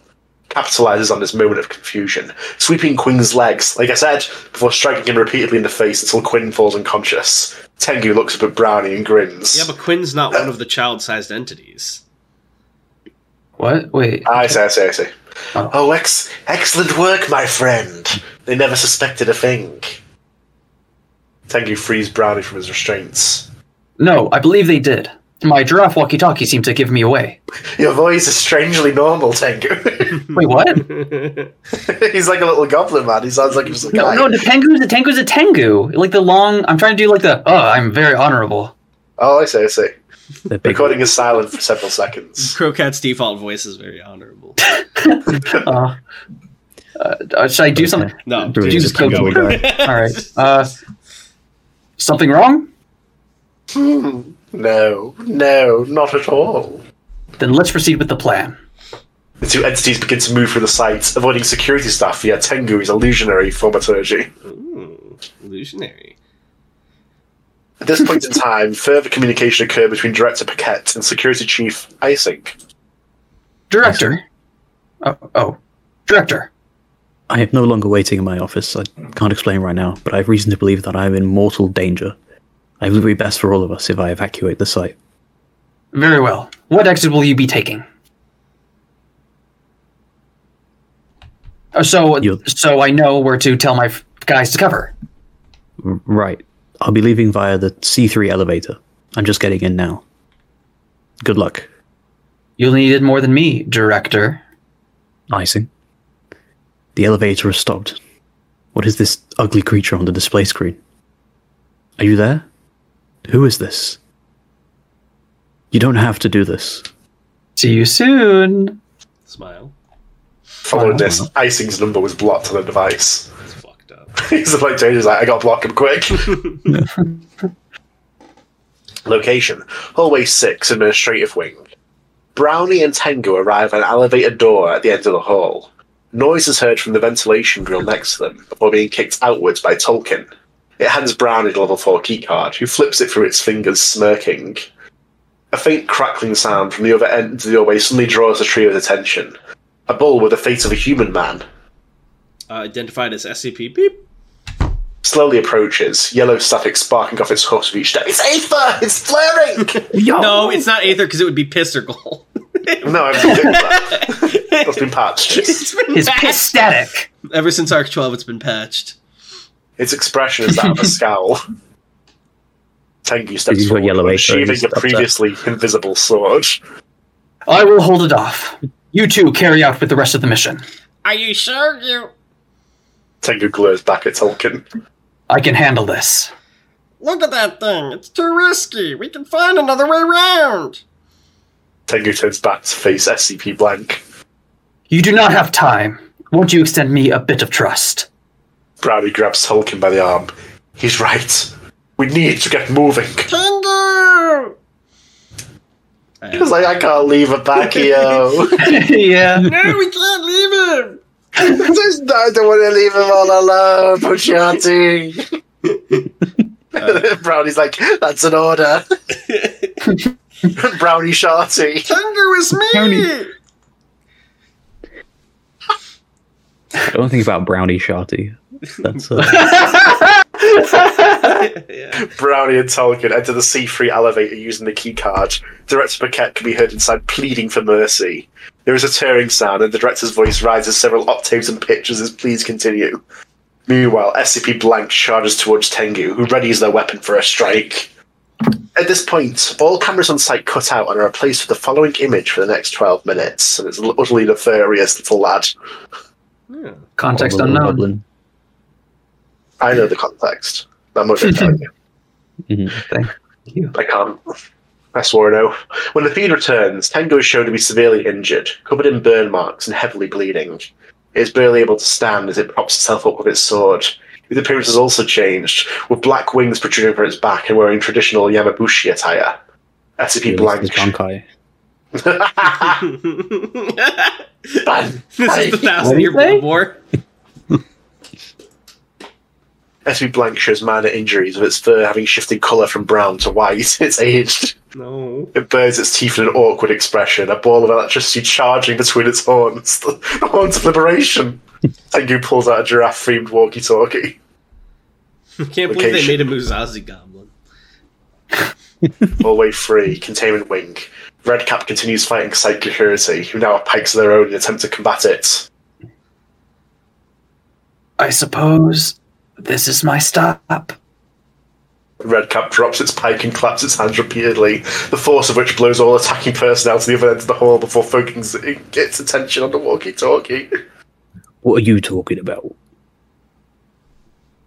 S2: capitalizes on this moment of confusion, sweeping Quinn's legs, like I said, before striking him repeatedly in the face until Quinn falls unconscious. Tengu looks up at Brownie and grins.
S3: Yeah, but Quinn's not one of the child sized entities.
S1: What? Wait.
S2: I see, I see, I see.
S1: Oh.
S2: Oh, ex- excellent work, my friend. They never suspected a thing. Tengu frees Brownie from his restraints.
S1: No, I believe they did. My giraffe walkie-talkie seemed to give me away.
S2: Your voice is strangely normal, Tengu. (laughs)
S1: Wait, what?
S2: he's like a little goblin man. He sounds like he's a
S1: No,
S2: guy.
S1: no, the Tengu's the Tengu's a Tengu. Like the long. I'm trying to do like the. Oh, I'm very honorable.
S2: Oh, I see, I see.
S4: They're big.
S2: Recording is silent for several seconds.
S3: Crowcat's default voice is very honorable.
S1: Uh, uh, uh, should I do something? (laughs)
S3: No,
S4: Really
S3: just
S1: just killed
S3: go
S1: the
S3: with
S4: guy.
S3: it.
S1: All right. Uh, something wrong?
S2: Hmm. No, no, not at all.
S1: Then let's proceed with the plan.
S2: The two entities begin to move through the site, avoiding security staff via Tengu's illusionary thaumaturgy.
S3: Ooh, illusionary.
S2: At this point in time, further communication occurred between Director Paquette and Security Chief Ising.
S1: Director. Oh, oh. Director.
S4: I am no longer waiting in my office. I can't explain right now, but I have reason to believe that I am in mortal danger. I would be best for all of us if I evacuate the site.
S1: Very well. What exit will you be taking? Uh, so,
S4: You'll-
S1: so I know where to tell my f- guys to cover.
S4: R- Right. I'll be leaving via the C3 elevator. I'm just getting in now. Good luck,
S1: You'll need it more than me, Director.
S4: Icing. The elevator has stopped. What is this ugly creature on the display screen? Are you there? Who is this? You don't have to do this.
S1: See you soon.
S3: Smile.
S2: Following this, Ising's number was blocked on the device.
S3: It's fucked up.
S2: (laughs) He's like, Danger's like, I gotta block him quick. (laughs) Location Hallway 6, Administrative Wing. Brownie and Tengu arrive at an elevator door at the end of the hall. Noise is heard from the ventilation grill next to them before being kicked outwards by Tolkien. It hands Brown a level 4 keycard, who flips it through its fingers, smirking. A faint crackling sound from the other end of the doorway suddenly draws the trio's attention. A bull with the face of a human man
S3: Uh, identified as SCP. Beep.
S2: slowly approaches, yellow static sparking off its hooves with each step. It's Aether! It's
S4: (laughs)
S2: flaring!
S1: Yo!
S3: No, it's not Aether because it would be piss or goal.
S2: no, I'm just
S3: (laughs)
S2: kidding that. That's been patched.
S3: it's been
S1: His
S3: patched.
S1: piss static.
S3: (laughs) Ever since Arc 12, it's been patched.
S2: Its expression is
S3: (laughs)
S2: that of a scowl. Tengu steps
S4: He's got
S2: forward,
S4: yellow apron,
S2: sheathing
S4: he's
S2: a
S4: upset.
S2: previously invisible sword.
S1: I will hold it off. You two carry out with the rest of the mission.
S3: Are you sure you.
S2: Tengu glares back at Tolkien.
S1: I can handle this.
S3: Look at that thing. It's too risky. We can find another way around.
S2: Tengu turns back to face SCP Blank.
S1: You do not have time. Won't you extend me a bit of (laughs) trust?
S2: Brownie grabs Tolkien by the arm. He's right. We need to get moving.
S3: Kangaroo!
S2: He's like, I can't leave
S3: (laughs)
S2: Abakio.
S1: yeah.
S3: No, we can't leave him.
S2: I don't want to leave him all alone,
S3: (laughs)
S2: Pucciati. Brownie's like, that's an
S3: (laughs)
S2: order. Brownie Sharty.
S3: Kangaroo is me.
S4: Tony. I don't think about brownie sharty. That's uh,
S3: (laughs) Yeah.
S2: Brownie and Tolkien enter the C3 elevator using the keycard. Director Paquette can be heard inside pleading for mercy. There is a tearing sound, and the director's voice rises several octaves in pitch as his pleas continue. Meanwhile, SCP Blank charges towards Tengu, who readies their weapon for a strike. At this point, all cameras on site cut out and are replaced with the following image for the next 12 minutes, and it's an utterly nefarious little lad.
S1: Context
S4: Goblin,
S1: unknown.
S4: Goblin.
S2: I know the context. I'm not going to
S1: (laughs)
S2: tell you.
S4: Mhm.
S1: Mm-hmm. Thank you.
S2: I can't. I swore no. When the fiend returns, Tango is shown to be severely injured, covered in burn marks and heavily bleeding. It is barely able to stand as it props itself up with its sword. Its appearance has also changed, with black wings protruding from its back and wearing traditional Yamabushi attire. SCP (laughs)
S4: Realistic
S2: Blank.
S4: Bankai.
S2: Ban-
S3: this is the
S1: What
S3: thousand
S1: do
S3: year
S1: you say?
S3: blood war.
S2: SCP Blank shows minor injuries, with its fur having shifted colour from brown to white. (laughs) It's aged.
S3: No.
S2: It burns its teeth in an awkward expression, a ball of electricity charging between its horns. (laughs) The horns of liberation. Tengu pulls out a giraffe themed walkie talkie.
S3: Can't believe they made a Muzazi goblin. (laughs)
S2: Hallway 3, Containment Wing. Redcap continues fighting Psych Security, who now have pikes of their own in attempt to combat it.
S1: I suppose this is my stop.
S2: Redcap drops its pike and claps its hands repeatedly, the force of which blows all attacking personnel to the other end of the hall before focusing its attention on the walkie talkie.
S4: What are you talking about?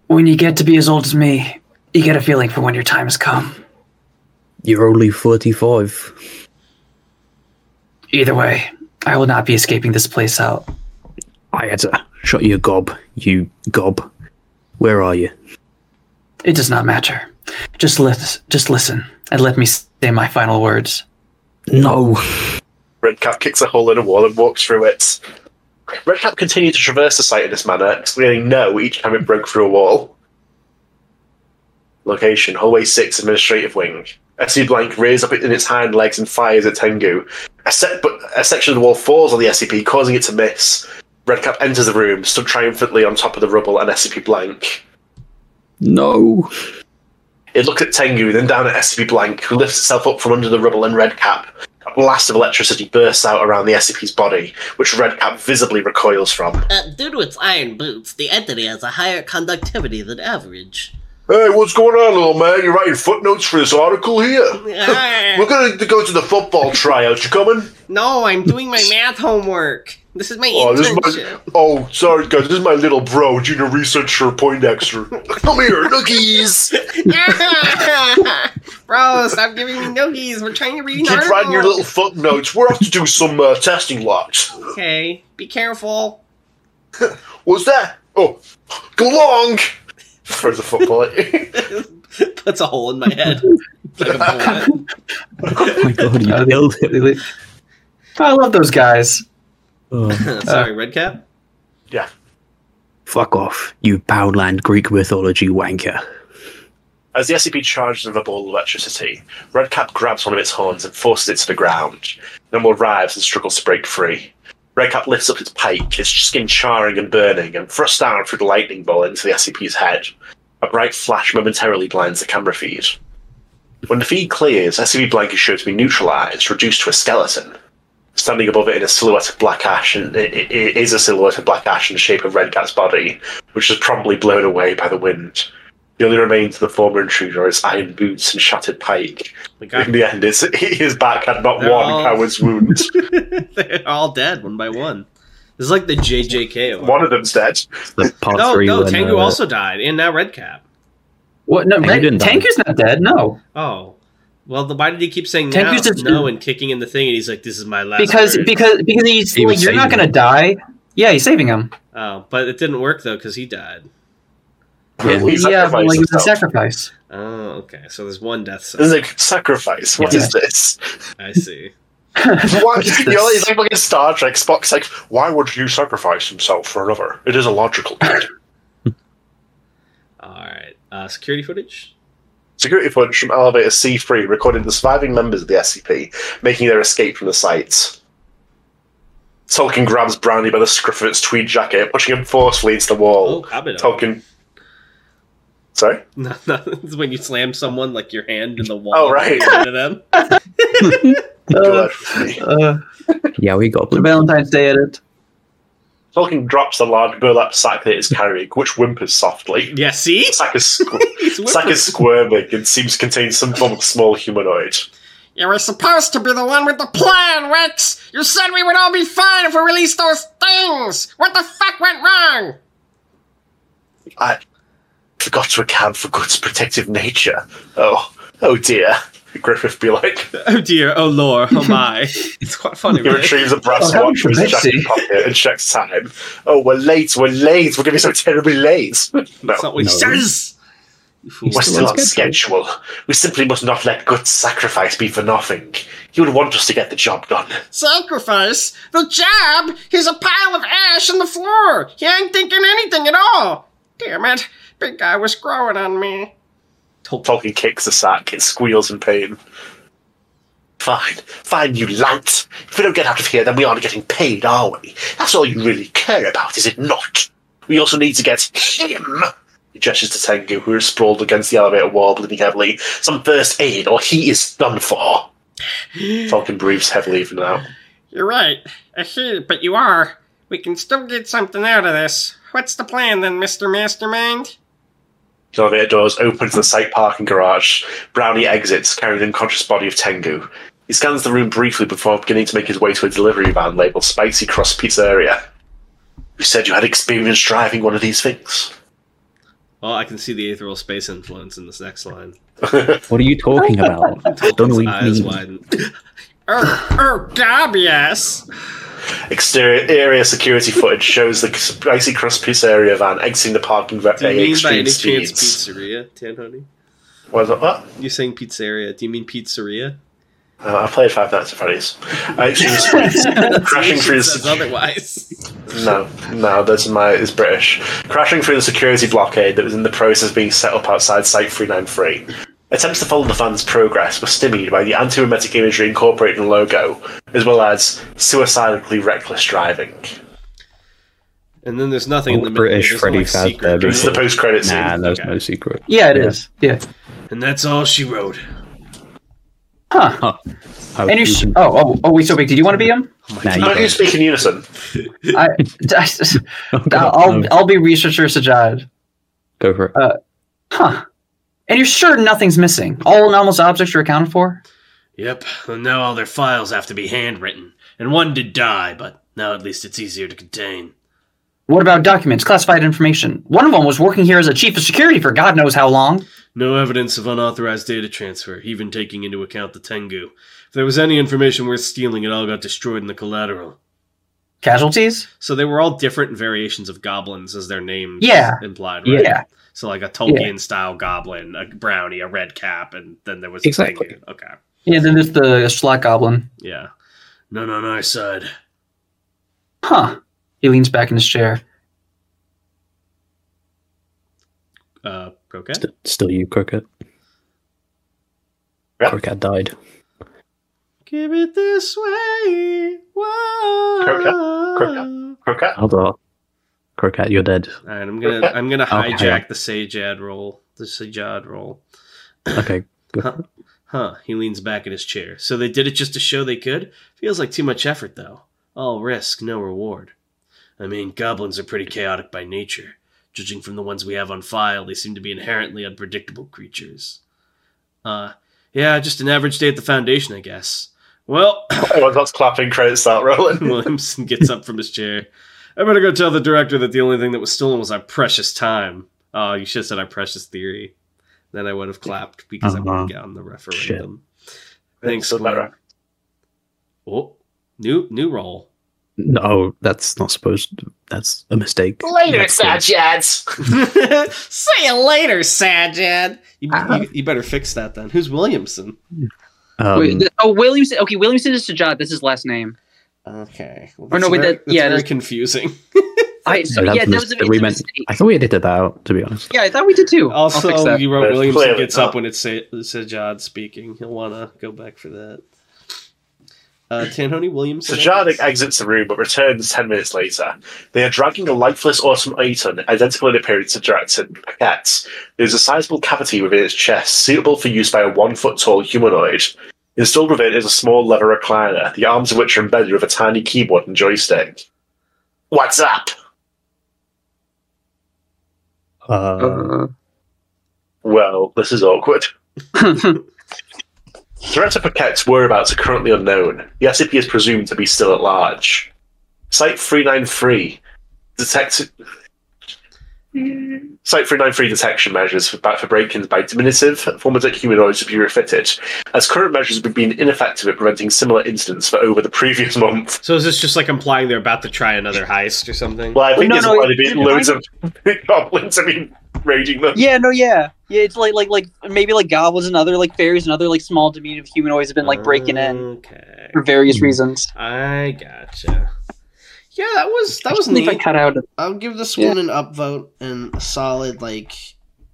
S1: When you get to be as old as me, you get a feeling for when your time has come.
S4: You're only 45.
S1: Either way, I will not be escaping this place out.
S4: I had to shot you a gob. You gob. Where are you?
S1: It does not matter. Just let, just listen, and let me say my final (laughs) words.
S4: No.
S2: Redcap kicks a hole in a wall and walks through it. Redcap continued to traverse the site in this manner, exclaiming no each time it broke through a wall. Location Hallway 6 Administrative Wing. SC Blank rears up in its hind legs and fires at Tengu. A, set, but a section of the wall falls on the SCP, causing it to miss. Redcap enters the room, stood triumphantly on top of the rubble and SCP Blank.
S4: No.
S2: It looks at Tengu, then down at SCP Blank, who lifts itself up from under the rubble and Redcap. A blast of electricity bursts out around the SCP's body, which Redcap visibly recoils from.
S6: Uh, due to its iron boots, the entity has a higher conductivity than average.
S2: Hey, what's going on, little man? You're writing footnotes for this article here?
S3: Ah,
S2: going to go to the football tryouts. You coming?
S3: no, I'm doing my math homework. This is my internship.
S2: oh, sorry, guys. This is my little bro, junior researcher Poindexter. Come here, nookies.
S3: (laughs) Bro, stop giving me noogies. We're trying to read an
S2: Keep
S3: article.
S2: writing your little footnotes. We're off to do some uh, testing lots.
S3: Okay, be careful.
S2: What's that? Oh, go long. Throws the football (laughs) at you.
S3: Puts a hole in my head. Like a bullet.
S4: Oh my god, you
S1: Uh,
S4: killed it.
S1: I love those guys.
S4: Oh.
S3: Sorry, Redcap.
S2: Yeah.
S4: Fuck off, you Poundland Greek mythology wanker.
S2: As the SCP charges with a ball of electricity, Redcap grabs one of its horns and forces it to the ground. Nimble writhes and struggles to break free. Redcap lifts up its pike, its skin charring and burning, and thrusts down through the lightning bolt into the SCP's head. A bright flash momentarily blinds the camera feed. When the feed clears, SCP Blank is shown to be neutralized, reduced to a skeleton. Standing above it in a silhouette of black ash, and it, it, it is a silhouette of black ash in the shape of Redcap's body, which is promptly blown away by the wind. The only remains of the former intruder are his iron boots and shattered pike.
S3: Like,
S2: In the end, his, (laughs) his back had not
S3: They're
S2: one
S3: all-
S2: coward's wound.
S3: (laughs) They're all dead one by one. This is like the JJK. Award.
S2: one of them's dead.
S4: The part
S3: No,
S4: three.
S3: Oh, no,
S4: when,
S3: Tengu
S4: uh,
S3: also died, and now Redcap.
S5: What? No,
S4: Tengu
S5: Red,
S4: didn't die.
S5: Tengu's not dead. No,
S3: Oh, well, the, why did he keep saying no,
S5: Tengu's just-
S3: no and kicking in the thing? And he's like, "This is my last."
S5: because
S3: word."
S5: because because he's
S4: He
S5: like,
S4: was
S5: you're not
S4: saving
S5: gonna die. Yeah, he's saving him.
S3: oh, but it didn't work though because he died.
S2: Yeah, he
S5: yeah, but, like it was a
S2: sacrificed
S5: sacrifice.
S2: himself.
S3: Oh, okay. So there's one death
S2: This is
S3: side.
S2: a sacrifice. What is
S5: (laughs)
S2: this?
S3: I see.
S2: Why,
S5: is
S2: you know,
S5: this?
S2: it's like fucking Star Trek. Spock's like, why would you sacrifice himself for another? It is illogical.
S5: (laughs)
S3: All right. Uh, security footage.
S2: Security footage from elevator C3 recorded the surviving members of the SCP making their escape from the site. Tolkien grabs Brandy by the scruff of its tweed jacket, pushing him forcefully into the
S3: Oh,
S2: wall.
S3: Kabido. (laughs)
S2: Tolkien. Sorry?
S3: No, no, this is when you slam someone like your hand in the wall.
S2: Oh,
S3: (laughs)
S2: right. (laughs)
S3: To them.
S2: Go ahead with me.
S5: Uh,
S4: Yeah, we got blue.
S5: Valentine's Day edit.
S2: Tolkien drops the large burlap sack that it is carrying, which whimpers softly.
S3: Yeah. See.
S2: The sack is, squ-
S3: He's
S2: the sack is squirming and seems to contain some form of small humanoid.
S6: You were supposed to be the one with the plan, Rex! You said we would all be fine if we released those things! What the fuck went wrong?
S2: I forgot to account for good's protective nature. Oh, oh dear. Griffith be like,
S3: Oh dear. Oh lord. Oh
S2: (laughs)
S3: my. it's quite funny.
S2: he
S3: Right?
S2: retrieves a brass
S5: Oh,
S2: watch from his
S5: Betsy.
S2: jacket pocket and checks time. Oh, we're late, we're late, we're going to be so terribly late. No,
S3: That's not what he
S4: No.
S3: says. You fool.
S2: we're still on schedule. We simply must not let Gut's sacrifice be for nothing. He would want us to get the job done.
S6: Sacrifice? The job? He's a pile of ash on the floor! He ain't thinking anything at all! Damn it, big guy was growing on me.
S2: Tolkien kicks the sack, it squeals in pain. Fine, fine, you lant. If we don't get out of here, then we aren't getting paid, are we? That's all you really care about, is it not? We also need to get him. He gestures to Tengu, who is sprawled against the elevator wall, bleeding heavily. Some first aid, or he is done (gasps) for. Tolkien breathes heavily for now.
S6: You're right. I hate it, but you are. We can still get something out of this. What's the plan then, Mr. Mastermind?
S2: The elevator doors open to the site parking garage. Brownie exits, carrying the unconscious body of Tengu. He scans the room briefly before beginning to make his way to a delivery van labeled Spicy Cross Pizzeria. You said you had experience driving one of these things. (laughs)
S3: Well, I can see the aethereal space influence in this next line.
S4: What are you talking about? Don't
S3: His
S4: leave
S3: eyes
S2: (laughs)
S4: me.
S3: widen.
S6: Oh, oh, gob, yes!
S2: Exterior security footage shows the Spicy Cross Pizzeria van exiting the parking lot
S3: Do
S2: at
S3: you mean by
S2: extreme
S3: any chance
S2: speeds.
S3: pizzeria, Tan Honey?
S2: What? what?
S3: You saying pizzeria? Do you mean pizzeria?
S2: Uh, I played Five Nights at Freddy's. At
S3: (laughs)
S2: extreme speeds, crashing
S3: She
S2: through the
S3: says otherwise. (laughs)
S2: No, no, that's my is British. Crashing through the security blockade that was in the process of being set up outside Site 393. Attempts to follow the van's progress were stymied by the anti-emetic imagery incorporated in the logo, as well as suicidally reckless driving.
S3: And then there's nothing in the middle.
S4: British
S3: There's
S4: Freddy
S3: no, like, secret.
S4: Fazbear.
S2: This is the post-credit scene.
S4: Nah, there's
S3: Okay.
S4: no secret.
S5: Yeah, it
S4: Yeah.
S5: is. yeah.
S3: And that's all she wrote.
S5: Huh.
S4: How
S5: And you
S4: you
S5: sh-
S4: can-
S5: oh, oh, oh, wait, so big. Did you want to be
S2: (laughs)
S5: him?
S4: nah, you
S2: How do you
S4: don't.
S2: speak in unison?
S5: I, (laughs) I,
S4: Oh, God,
S5: I'll,
S4: no.
S5: I'll be researcher Sajad.
S4: Go for it.
S5: Huh. And you're sure nothing's missing? All anomalous objects are accounted for?
S3: Yep. And now all their files have to be handwritten. And one did die, but now at least it's easier to contain.
S5: What about documents, classified information? One of them was working here as a chief of security for God knows how long.
S3: No evidence of unauthorized data transfer, even taking into account the Tengu. If there was any information worth stealing, it all got destroyed in the collateral.
S5: Casualties?
S3: So they were all different variations of goblins, as their names
S5: Yeah.
S3: implied, right?
S5: Yeah.
S3: So like a Tolkien style goblin, a brownie, a red cap, and then there was
S4: Exactly.
S3: a Tengu. Okay.
S5: Yeah, then there's the slot goblin.
S3: Yeah. None on our side.
S5: Huh. He leans back in his chair.
S6: uh,
S3: Croquette?
S4: St- still you, Croquette.
S2: Yeah.
S4: Croquette died.
S3: Give it this way. Whoa.
S2: Croquette, croquette. Croquette.
S4: Hold on. Croquette, you're dead.
S3: All right, I'm gonna
S5: (laughs)
S3: I'm gonna
S4: Okay.
S3: hijack the Sajad roll, the Sajad roll.
S4: Okay. go for
S3: Huh. Huh, he leans back in his chair. So they did it just to show they could? Feels like too much effort, though. All risk, no reward. I mean, goblins are pretty chaotic by nature. Judging from the
S5: (laughs)
S3: ones we have on file, they seem to be inherently unpredictable creatures. Uh, yeah, just an average day at the foundation, I guess. Well, (coughs)
S2: Everyone starts Oh, clapping, credits start rolling.
S3: Williamson gets up from his chair. I better go tell the director that the only thing that was stolen was our precious time. Oh, you should have said our precious theory. Then I would have clapped because I
S4: Uh-huh.
S3: wouldn't get on the referendum. Thanks,
S2: Doesn't matter.
S3: Glenn. Oh, new new role.
S4: No, oh, that's not supposed. That's a mistake. That's the-
S2: Sajads.
S3: See you later, Sajad. (laughs) You,
S5: (laughs)
S3: you, you better fix that then. Who's Williamson?
S4: Um,
S5: Wait, th- oh, Williamson. Okay, Williamson is Sajad. That's his last name.
S3: Okay. Well,
S5: Or no,
S3: that's
S5: wait,
S3: very-
S5: that-
S3: that's
S5: yeah,
S3: very
S5: that's-
S3: confusing.
S5: I, so,
S4: that's
S5: yeah,
S4: a
S5: that
S4: mis-
S5: was a,
S4: that
S5: it's
S4: we
S5: a
S4: meant-
S5: mistake.
S4: I thought we edited that out, to be honest.
S5: Yeah, I thought we did too. I'll fix
S3: (laughs) Also,
S5: that.
S3: you wrote
S2: There's
S3: Williamson
S2: clearly
S3: gets
S2: not.
S3: up when it's Sa- Sajad speaking. He'll want to go back for that. Uh, Tanhoney Williamson.
S2: Sajad exits the room but returns ten minutes later. They are dragging a lifeless autumn item, identical in appearance to Jackson Paquette. There's a sizable cavity within its chest, suitable for use by a one foot tall humanoid. Installed within is a small leather recliner, the arms of which are embedded with a tiny keyboard and joystick. What's up?
S4: Uh,
S5: Uh,
S2: Well, this is awkward. Director Paquette's whereabouts are currently unknown. The SCP is presumed to be still at large. Site 393 detected. Site 393 detection measures for, for break ins by diminutive formatic humanoids to be refitted, as current measures have been ineffective at preventing similar incidents for over the previous month.
S3: So is this just like implying they're about to try another heist or something?
S2: Well, I think
S5: no,
S2: it's
S5: no,
S2: why
S5: it-
S2: there've been
S5: it
S2: loads of (laughs) goblins have been raiding them.
S5: (laughs) yeah, no, yeah, yeah. It's like like like maybe like goblins and other like fairies and other like small diminutive humanoids have been like breaking in
S3: Okay.
S5: for various
S4: Hmm.
S5: reasons.
S3: I gotcha. Yeah, that was that was
S5: I think I
S3: neat.
S5: cut out. a-
S3: I'll give this
S5: Yeah.
S3: one an upvote and a solid like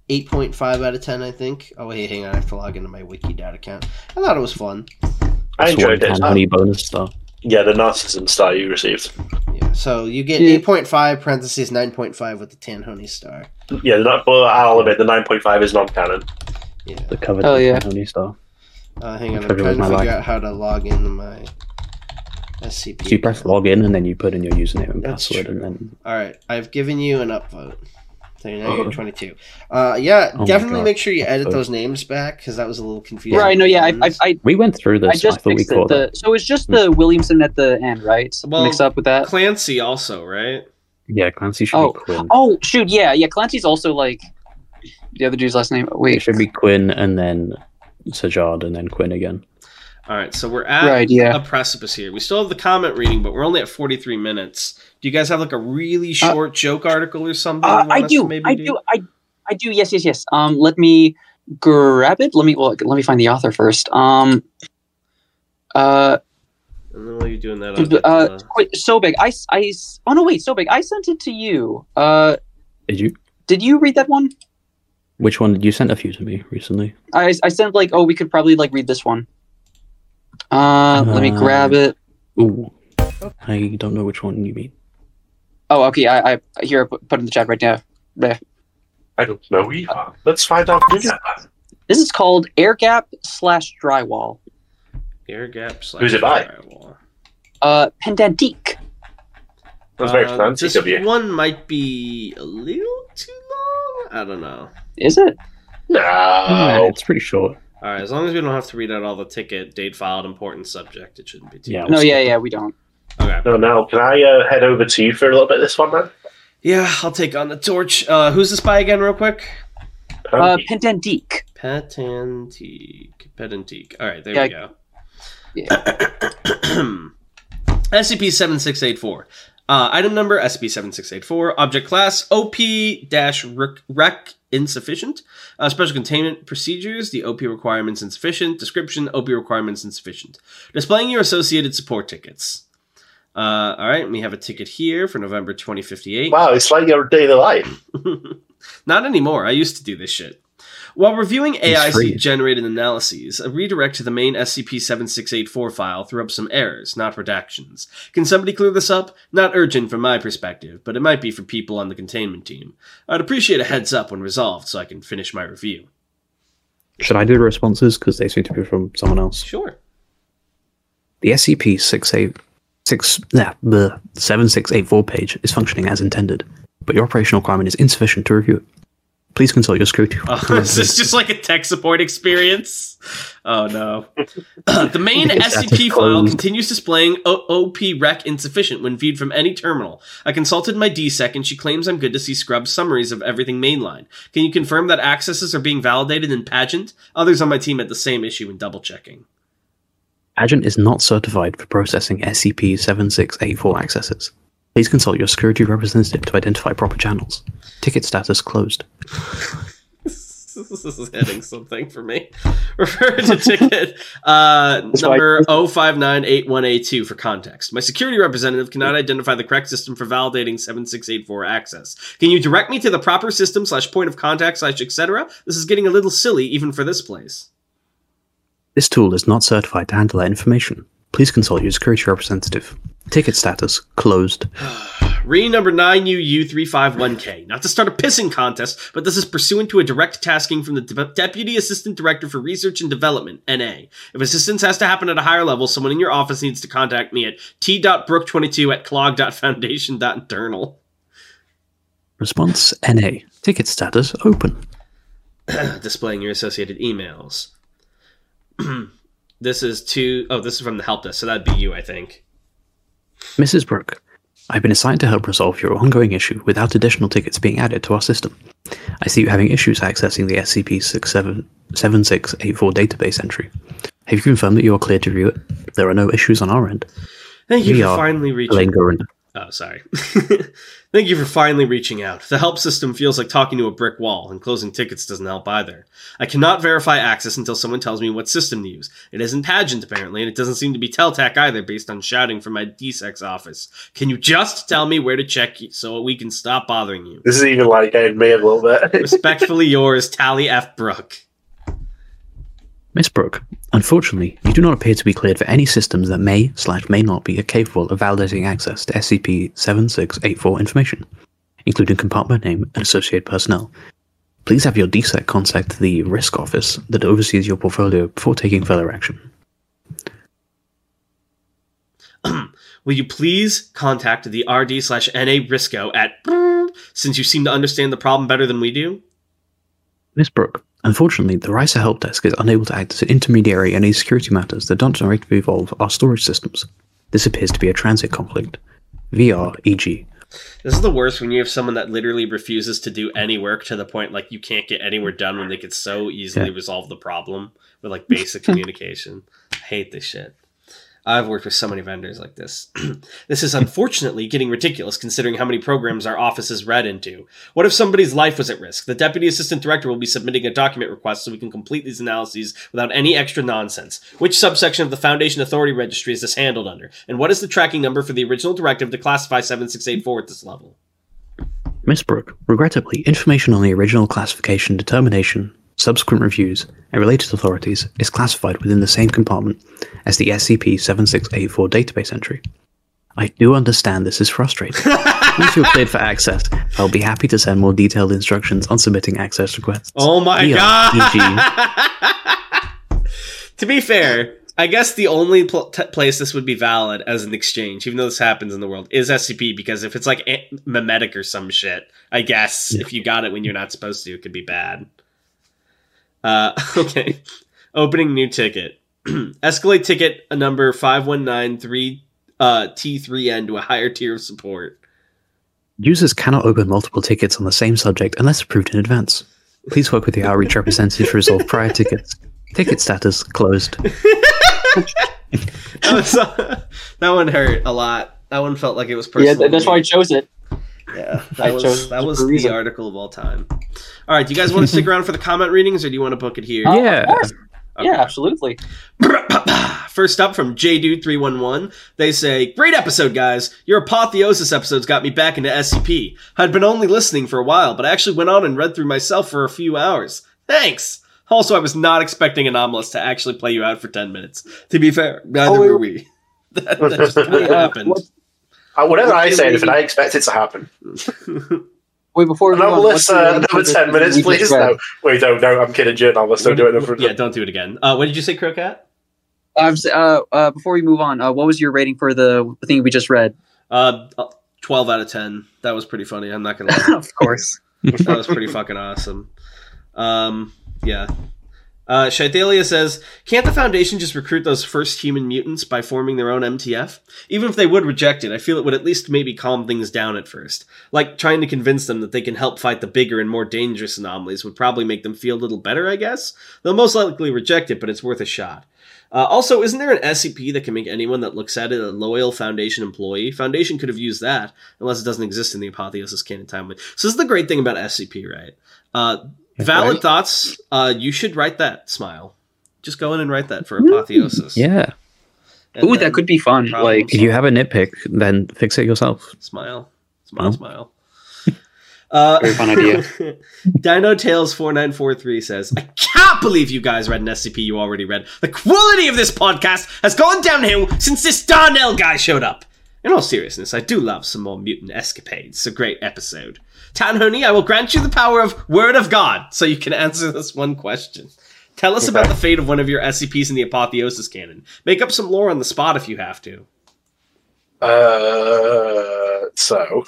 S3: eight point five out of ten. I think. Oh wait, hang on, I have to log into my Wikidata account. I thought it was fun.
S2: I
S4: that's one
S2: enjoyed it.
S4: Tanhoney bonus star.
S2: Yeah, the narcissism star you received.
S3: Yeah. So you get
S5: Yeah.
S3: eight point five parentheses nine point five with the Tanhoney star.
S2: Yeah, the, not- well, I'll admit the 9.5 is non canon.
S3: Yeah.
S4: The covered
S5: Oh, yeah.
S4: Tanhoney star.
S3: Uh, hang on, I'm
S4: Trigger
S3: trying to
S4: with my
S3: figure
S4: life.
S3: out how to log into my SCP.
S4: So you press log in and then you put in your username and
S3: That's
S4: password,
S3: true.
S4: and then
S3: All right, I've given you an upvote. So now you're 22. Uh, yeah,
S4: Uh-huh. Oh my
S3: definitely
S4: God.
S3: make sure you edit
S4: Upvote.
S3: those names back because that was a little confusing.
S5: Right, no, yeah, I, I, I,
S4: we went through this.
S5: I just
S4: thought we Hmm.
S5: fixed it.
S4: caught
S5: The,
S4: it.
S5: so it's just the Williamson at the end, right? So
S3: Well-
S5: mix up with that.
S3: Clancy also, right?
S4: Yeah, Clancy should
S5: Oh,
S4: be Quinn.
S5: Oh shoot, yeah, yeah. Clancy's also like the other dude's last name.
S4: It
S5: Wait,
S4: should be Quinn and then Sajad and then Quinn again.
S3: All right, so we're at
S5: Right, yeah.
S3: a precipice here. We still have the comment reading, but we're only at 43 minutes. Do you guys have like a really short joke article or something?
S5: uh,
S3: you want
S5: I
S3: us
S5: do,
S3: to
S5: I do, I, I do. Yes, yes, yes. Um, let me grab it. Let me well, let me find the author first. Um, uh,
S3: And then while you're doing that,
S5: uh,
S3: I'll uh,
S5: wait, so big. I, s- I, s- oh no, wait, so big. I sent it to you. Uh,
S4: Did you?
S5: did you read that one?
S4: Which one did you send a few to me recently?
S5: I, I sent like, oh, we could probably like read this one. Uh, let me
S4: Um,
S5: grab it.
S4: Ooh, I don't know which one you mean.
S5: Oh, okay. I, I here I put put in the chat right now. There.
S2: I don't know either. Let's find out. Who's
S5: This is called air gap slash drywall.
S3: air gap slash
S2: Who's it by?
S3: firewall.
S5: Uh, Pendantique.
S2: That's very
S3: Uh,
S2: fancy
S3: This
S2: of you.
S3: one might be a little too long. I don't know.
S5: Is it?
S4: Yeah,
S2: No.
S4: it's pretty short.
S3: All right, as long as we don't have to read out all the ticket, date filed, important subject, it shouldn't be too.
S4: Yeah.
S5: No, yeah, yeah. We don't.
S3: Okay.
S2: No, no. Can I uh, head over to you for a little bit this one, man?
S3: Yeah, I'll take on the torch. Uh, who's this by again, real quick?
S5: Uh,
S2: Apparently.
S5: Pendantique.
S3: Patantique. Pedantique. All right, there
S5: Yeah.
S3: we go. (clears throat) SCP 7684. Uh, item number SCP 7684. Object class OP rec insufficient. Uh, special containment procedures. The OP requirements insufficient. Description OP requirements insufficient. Displaying your associated support tickets. Uh, all right, and we have a ticket here for November 2058.
S2: Wow, it's like your daily life.
S3: Not anymore. I used to do this shit. While reviewing
S4: free.
S3: AIC generated analyses, a redirect to the main SCP 7684 file threw up some errors, not redactions. Can somebody clear this up? Not urgent from my perspective, but it might be for people on the containment team. I'd appreciate a heads up when resolved so I can finish my review.
S4: Should I do the responses? Because they seem to be from someone else.
S3: Sure.
S4: The E SCP 686 nah, bleh, 7684 page is functioning as intended, but your operational requirement is insufficient to review it. Please consult your security. (laughs)
S3: Oh, is (laughs) this just like a tech support experience? Oh no. (clears throat) the main
S4: (laughs) It's
S3: SCP file
S4: closed.
S3: continues displaying O- OP rec insufficient when viewed from any terminal. I consulted my DSEC and she claims I'm good to see scrub summaries of everything mainline. Can you confirm that accesses are being validated in pageant? Others on my team had the same issue in double checking.
S4: Agent is not certified for processing E SCP 7684 accesses. Please consult your security representative to identify proper channels. Ticket status closed.
S3: this (laughs) is hitting something for me. (laughs) Refer to ticket uh, number 0598182 for context. My security representative cannot identify the correct system for validating 7684 access. Can you direct me to the proper system slash point of contact slash etc.? This is getting a little silly even for this place.
S4: This tool is not certified to handle that information. Please consult your security representative. Ticket status closed.
S3: Re number 9UU351K. Not to start a pissing contest, but this is pursuant to a direct tasking from the De- Deputy Assistant Director for Research and Development, NA. If assistance has to happen at a higher level, someone in your office needs to contact me at t.brook22 at clog.foundation.internal.
S4: Response NA. Ticket status open.
S3: Uh, Displaying your associated emails. (clears throat) this is to. Oh, this is from the help desk, so that'd be you, I think.
S4: Mrs. Brooke, I've been assigned to help resolve your ongoing issue without additional tickets being added to our system. I see you having issues accessing the SCP 7684 database entry. Have you confirmed that you are clear to view it? There are no issues on our end.
S3: Thank you
S4: We
S3: for
S4: are
S3: finally reaching
S4: Elaine Gorin.
S3: Oh, sorry. (laughs) Thank you for finally reaching out. The help system feels like talking to a brick wall, and closing tickets doesn't help either. I cannot verify access until someone tells me what system to use. It isn't pageant, apparently, and it doesn't seem to be Teltac either, based on shouting from my DSEX office. Can you just tell me where to check so we can stop bothering you?
S2: This is even like getting me a little bit.
S3: Respectfully yours, Tally F. Brook.
S4: Miss Brooke, unfortunately, you do not appear to be cleared for any systems that may slash may not be capable of validating access to SCP-7684 information, including compartment name and associated personnel. Please have your DSEC contact the risk office that oversees your portfolio before taking further action.
S3: Will you please contact the RD slash NA Risco at since you seem to understand the problem better than we do?
S4: Miss Brooke, unfortunately, the RISA help desk is unable to act as an intermediary in any security matters that don't directly involve our storage systems. This appears to be a transit conflict. E VR, e.g.,
S3: This is the worst when you have someone that literally refuses to do any work to the point like you can't get anywhere done when they could so easily
S4: Yeah.
S3: resolve the problem with like basic communication. I hate this shit. I've worked with so many vendors like this. (clears throat) this is unfortunately getting ridiculous considering how many programs our office is read into. What if somebody's life was at risk? The deputy assistant director will be submitting a document request so we can complete these analyses without any extra nonsense. Which subsection of the Foundation Authority Registry is this handled under? And what is the tracking number for the original directive to classify 7684 at this level?
S4: Miss Brooke, regrettably, information on the original classification determination, subsequent reviews, and related authorities is classified within the same compartment as the E SCP 7684 database entry. I do understand this
S3: (laughs)
S4: is frustrating. Once you're cleared for access, I'll be happy to send more detailed instructions on submitting access requests. E
S3: Oh my
S4: Yeah,
S3: god! (laughs) to be fair, I guess the only pl- (laughs) t- place this would be valid as an exchange, even though this happens in the world, is SCP because if it's like a- memetic or some shit, I guess if you got it when you're not supposed to, it could be bad. Uh, (laughs) okay, opening new ticket. (clears throat) Escalate ticket number five one nine three uh, T three N to a higher tier of support.
S4: Users cannot open multiple tickets on the same subject unless approved in advance. Please work with the outreach representative to resolve prior tickets. Ticket status closed.
S3: That, was- that one hurt a lot. That one felt like it was
S5: Yeah,
S3: personal.
S5: th- that's
S3: to
S5: why
S3: me.
S5: I chose it.
S3: Yeah,
S5: I
S3: that was
S5: chose
S3: that was
S5: for a
S3: the
S5: reason.
S3: article of all time. All right, do you guys want to stick around for the comment readings, or do you want to book it here?
S5: Uh, of
S4: Yeah.
S5: course.
S3: Okay.
S5: Yeah, absolutely.
S3: First up from JDude311, they say, Great episode, guys. Your apotheosis episodes got me back into SCP. I'd been only listening for a while, but I actually went on and read through myself for a few hours. Thanks! Also, I was not expecting Anomalous to actually play you out for 10 minutes. To be fair, neither
S5: Oh, wait,
S3: were we. (laughs) that, that
S5: (laughs)
S3: just kinda
S5: Wait, uh,
S3: happened.
S5: what's-
S2: Uh, whatever I
S5: What's
S2: say,
S5: your
S2: if I expect it to happen.
S5: Wait, before we move on,
S2: Anomalous,
S5: what's your
S2: uh,
S5: name for
S2: another
S5: the
S2: 10 minutes,
S5: we just
S2: please.
S5: read?
S2: No, wait, no, no, I'm kidding, Jim. Anomalous, don't do it. No,
S3: Mm-hmm. yeah, don't do it again. Uh, what did you say, Crocat?
S5: I'm s- uh, uh, before we move on, uh, what was your rating for the thing we just read?
S3: Uh, 12 out of 10. That was pretty funny. I'm not going to lie.
S5: of
S3: (laughs)
S5: course.
S3: that was pretty fucking awesome. Um, yeah. Uh, Shaithalia says, "Can't the Foundation just recruit those first human mutants by forming their own MTF? Even if they would reject it, I feel it would at least maybe calm things down at first. Like trying to convince them that they can help fight the bigger and more dangerous anomalies would probably make them feel a little better. I guess they'll most likely reject it, but it's worth a shot." Uh, also, isn't there an SCP that can make anyone that looks at it a loyal Foundation employee? Foundation could have used that unless it doesn't exist in the apotheosis canon timeline. So this is the great thing about SCP, right? Uh, valid
S4: Right.
S3: thoughts. Uh, you should write that smile. Just go in and write that for apotheosis.
S4: Yeah.
S3: And
S5: Ooh,
S3: then
S5: that could be fun.
S3: problem
S5: Like,
S4: If you have a nitpick, then fix it yourself.
S3: smile, smile,
S4: Oh.
S3: smile. (laughs) Uh,
S1: Very fun
S3: (laughs)
S1: idea.
S3: Dino Tales four nine four three says, "I can't believe you guys read an SCP you already read. The quality of this podcast has gone downhill since this Darnell guy showed up." In all seriousness, I do love some more mutant escapades. It's a great episode. Tanhoney, I will grant you the power of Word of God, so you can answer this one question. Tell us about the fate of one of your SCPs in the Apotheosis canon. Make up some lore on the spot if you have to.
S2: Uh, so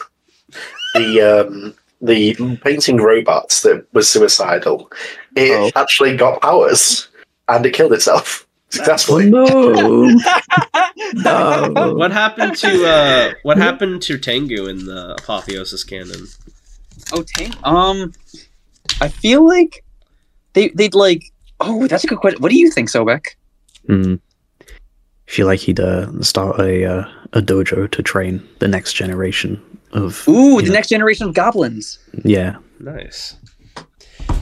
S2: the um, the painting robots that was suicidal, it
S4: Oh.
S2: actually got powers and it killed itself (laughs) successfully.
S4: no. no.
S3: What happened to uh, what happened to Tengu in the Apotheosis canon?
S5: oh, dang. Um, I feel like they they'd like. Oh, that's a good question. What do you think, Sobek?
S4: Hmm. Feel like he'd uh, start a uh, a dojo to train the next generation of
S5: Ooh, the
S4: Yeah.
S5: next generation of goblins.
S4: yeah.
S3: Nice.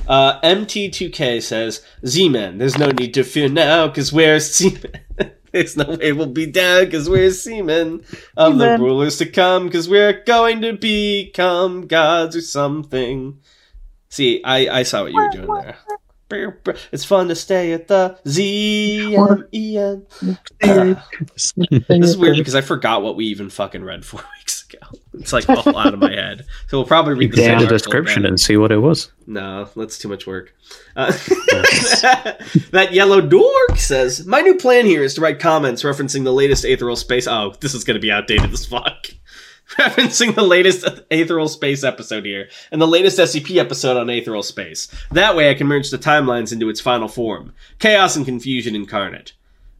S3: Uh, MT2K says, Z-Man, there's no need to fear now, because we're seamen. (laughs) there's no way we'll be down, because we're seamen of the rulers to come, because we're going to become gods or something. See, I, I saw what you were doing there. Brr, brr. It's fun to stay at the E Z-M-E-N. Uh, this is weird because I forgot what we even fucking read (laughs) four weeks ago. It's like all out of my head. So we'll probably read the same
S4: Read the
S3: article
S4: description
S3: again.
S4: and see what it was.
S3: No, that's too much work. Uh, (laughs) that yellow dork says, "My new plan here is to write comments referencing the latest Aetheral Space. Oh, this is going to be outdated as fuck. (laughs) referencing the latest Aetheral Space episode here and the latest SCP episode on Aetheral Space. That way, I can merge the timelines into its final form: chaos and confusion incarnate."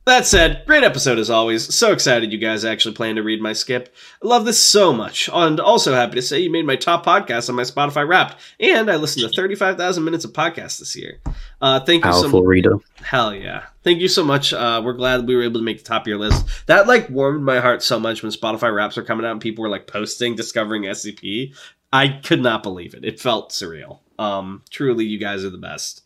S3: That said, great episode as always. So excited you guys actually plan to read my skip. I love this so much, and also happy to say you made my top podcast on my Spotify Wrapped, and I listened to 35,000 minutes of podcasts this year. Uh, thank you so
S4: Powerful reader.
S3: Hell yeah. Thank you so much. Uh, we're glad we were able to make the top of your list. That like warmed my heart so much when Spotify raps were coming out and people were like posting discovering SCP. I could not believe it. It felt surreal. Um, truly, you guys are the best.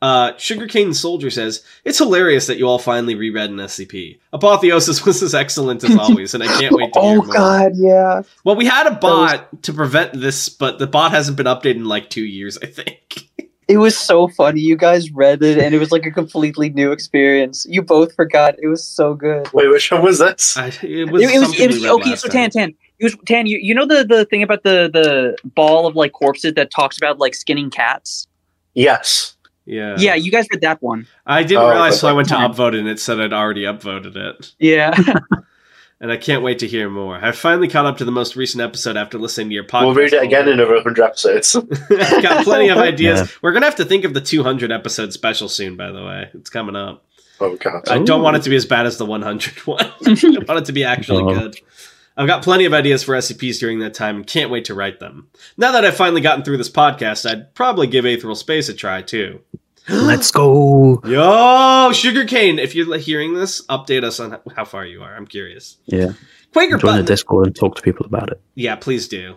S3: Uh, Sugarcane Soldier says, It's hilarious that you all finally reread an SCP. Apotheosis (laughs) was as excellent as always, and I
S5: (laughs)
S3: can't wait to hear more.
S5: Oh, yeah.
S3: Well, we had a bot to prevent this, but the bot hasn't been updated in like two years, I think.
S5: It was so funny. You guys read it, and it was like a completely new experience. You both forgot. It was so good.
S2: Wait, which one was this?
S3: (laughs) I, it was,
S5: It, it was.
S3: something
S5: It was
S3: we read
S5: okay.
S3: last
S5: So
S3: time.
S5: Tan, Tan, it was Tan. You, you know the the thing about the the ball of like corpses that talks about like skinning cats.
S2: Yes.
S3: Yeah.
S5: yeah, you guys read that one.
S3: I didn't
S2: Oh,
S3: realize, so I
S2: okay.
S3: went to upvote and it said I'd already upvoted it.
S5: Yeah.
S3: And I can't wait to hear more. I finally caught up to the most recent episode after listening to your podcast.
S2: we'll read it again in over 100
S4: (laughs)
S2: episodes.
S3: (laughs) I've got (laughs) plenty of ideas.
S4: Yeah.
S3: We're going to have to think of the 200 episode special soon, by the way. It's coming up.
S2: Oh, God.
S3: I don't
S4: Ooh.
S3: want it to be as bad as the 100 one. (laughs) I want it to be actually
S4: Oh.
S3: good. I've got plenty of ideas for SCPs during that time and can't wait to write them. Now that I've finally gotten through this podcast, I'd probably give Aetheral Space a try too.
S4: Let's go.
S3: Yo, Sugarcane, if you're hearing this, update us on how far you are. I'm curious.
S4: Yeah.
S3: Quaker
S4: Join the
S3: Button.
S4: Discord and talk to people about it.
S3: Yeah, please do.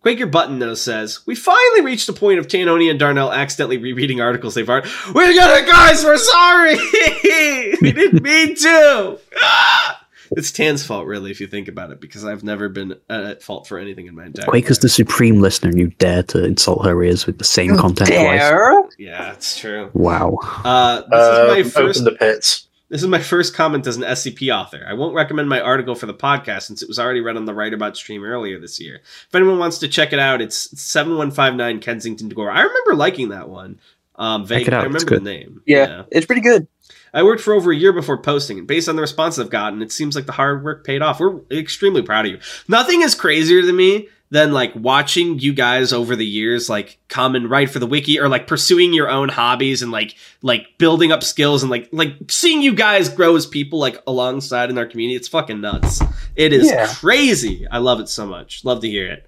S3: Quaker Button, though, says, We finally reached the point of Tanoni and Darnell accidentally rereading articles they've already. We got it, guys! We're sorry! (laughs) we didn't mean to! (laughs) Ah! It's Tan's fault, really, if you think about it, because I've never been uh, at fault for anything in my entire
S4: Quaker's the supreme listener, and you dare to insult her ears with the same content twice.
S3: life. Yeah, it's true.
S4: Wow.
S3: Uh, this
S2: Uh,
S3: is my
S2: Open
S3: first
S2: the pits.
S3: This is my first comment as an SCP author. I won't recommend my article for the podcast since it was already read on the Write About stream earlier this year. If anyone wants to check it out, it's 7159 Kensington Gore. I remember liking that one. Um, vague,
S4: Check it out,
S3: I
S4: it's
S3: remember the
S4: good.
S3: name.
S7: Yeah, it's pretty good.
S3: I worked for over a year before posting, and based on the response I've gotten, it seems like the hard work paid off. We're extremely proud of you. Nothing is crazier to me than like watching you guys over the years like come and write for the wiki or like pursuing your own hobbies and like like building up skills and like like seeing you guys grow as people like alongside in our community. It's fucking nuts. It is
S5: Yeah.
S3: crazy. I love it so much. Love to hear it.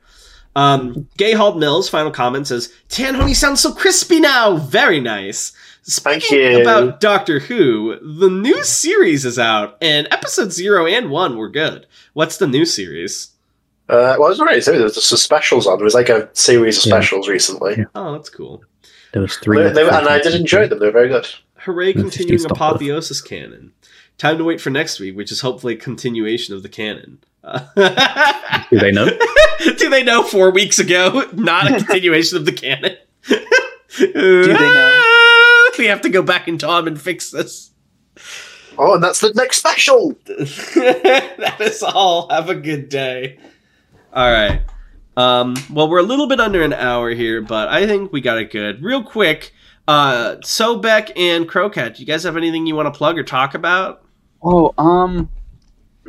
S3: Um, Gayhald Mills, final comment says, Tan Honey sounds so crispy now. Very nice.
S2: Thank
S3: Speaking
S2: you.
S3: about Doctor Who, the new series is out, and episode zero and one were good. What's the new series?
S2: Uh, well, I was already saying there was just some specials on. There was like a series of
S4: Yeah.
S2: specials recently.
S4: Yeah.
S3: Oh, that's cool.
S4: There was three.
S2: They- they- and I did enjoy them. They were very good.
S3: Hooray,
S4: Let's
S3: continuing
S4: just stop that.
S3: apotheosis canon. Time to wait for next week, which is hopefully a continuation of the canon. Uh, (laughs)
S4: Do they know?
S3: Do they know four weeks ago? (laughs) Not a continuation of the canon.
S7: they know?
S3: (laughs) We have to go back in time and fix this.
S2: Oh, and that's the next special.
S3: (laughs) that is all. Have a good day. All right. Um, well, we're a little bit under an hour here, but I think we got it good. Real quick, uh, Sobek and Crocat, you guys have anything you want to plug or talk about?
S7: Oh, um,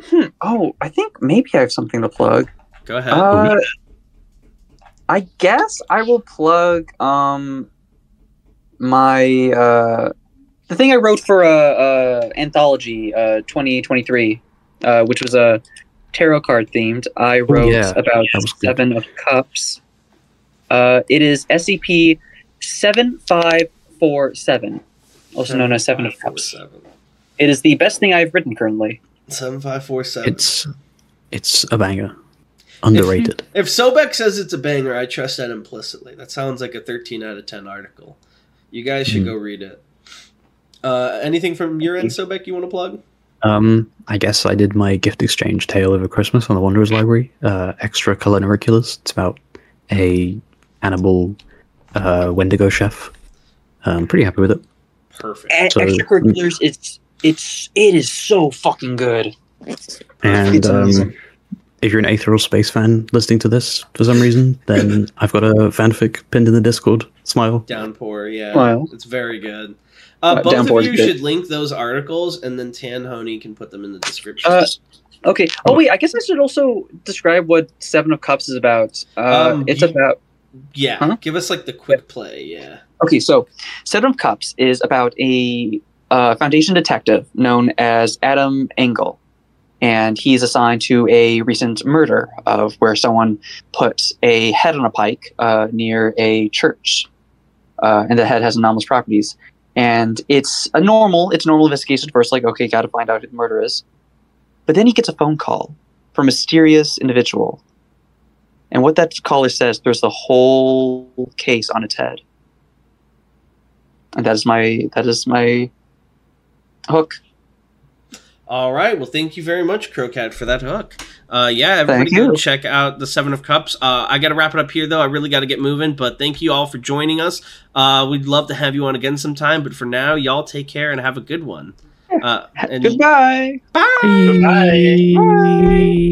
S7: hmm, oh, I think maybe I have something to plug.
S3: Go ahead.
S4: Oh,
S7: Uh, I guess I will plug um my uh
S5: The thing I wrote for uh, uh, anthology uh, 2023, uh, which was a tarot card themed, I wrote
S4: Oh, yeah.
S5: about
S4: That was good.
S5: Seven of Cups. Uh, it is SCP 7547, also known as Seven of Cups. It is the best thing I've written currently.
S3: Seven five four seven.
S4: It's it's a banger. Underrated.
S3: If Sobek says it's a banger, I trust that implicitly. That sounds like a 13 out of 10 article. You guys should
S4: Hmm.
S3: go read it. Uh, anything from your end, Sobek, you want to plug?
S4: Um, I guess I did my gift exchange tale over Christmas on the Wanderers Library. Uh, extra calendariculars. It's about a cannibal uh, Wendigo chef. I'm pretty happy with it.
S3: Perfect.
S5: E-
S4: So- hmm.
S5: extracurriculars, it's it's it is so fucking good.
S4: And
S5: It's amazing.
S4: um, if you're an Aetheral Space fan listening to this for some reason, then I've got a fanfic pinned in the Discord. Smile.
S3: Downpour, yeah.
S5: Wow.
S3: It's very good. Uh,
S5: Uh,
S3: both
S5: Downpour
S3: of
S5: is
S3: you
S5: good.
S3: should link those articles, and then Tan Honey can put them in the description.
S5: Uh, Okay. Oh wait, I guess I should also describe what Seven of Cups is about. Uh,
S3: Um,
S5: it's
S3: you-
S5: about
S3: yeah,
S5: huh?
S3: give us like the quick play. Yeah,
S5: okay. So Seven of Cups is about a uh, Foundation detective known as Adam Engel, and he's assigned to a recent murder of where someone put a head on a pike uh, near a church, uh, and the head has anomalous properties. And it's a normal, it's a normal investigation at first, like okay, got to find out who the murderer is. But then he gets a phone call from a mysterious individual. And what that caller says throws the whole case on its head. And that is my that is my hook.
S3: All right. Well, thank you very much, Crocat, for that hook. Uh, yeah, everybody
S5: Thank
S3: go
S5: you.
S3: check out the Seven of Cups. Uh, I got to wrap it up here, though. I really got to get moving, but thank you all for joining us. Uh, we'd love to have you on again sometime, but for now, y'all take care and have a good one. Uh, and
S5: Goodbye.
S3: bye.
S2: Bye.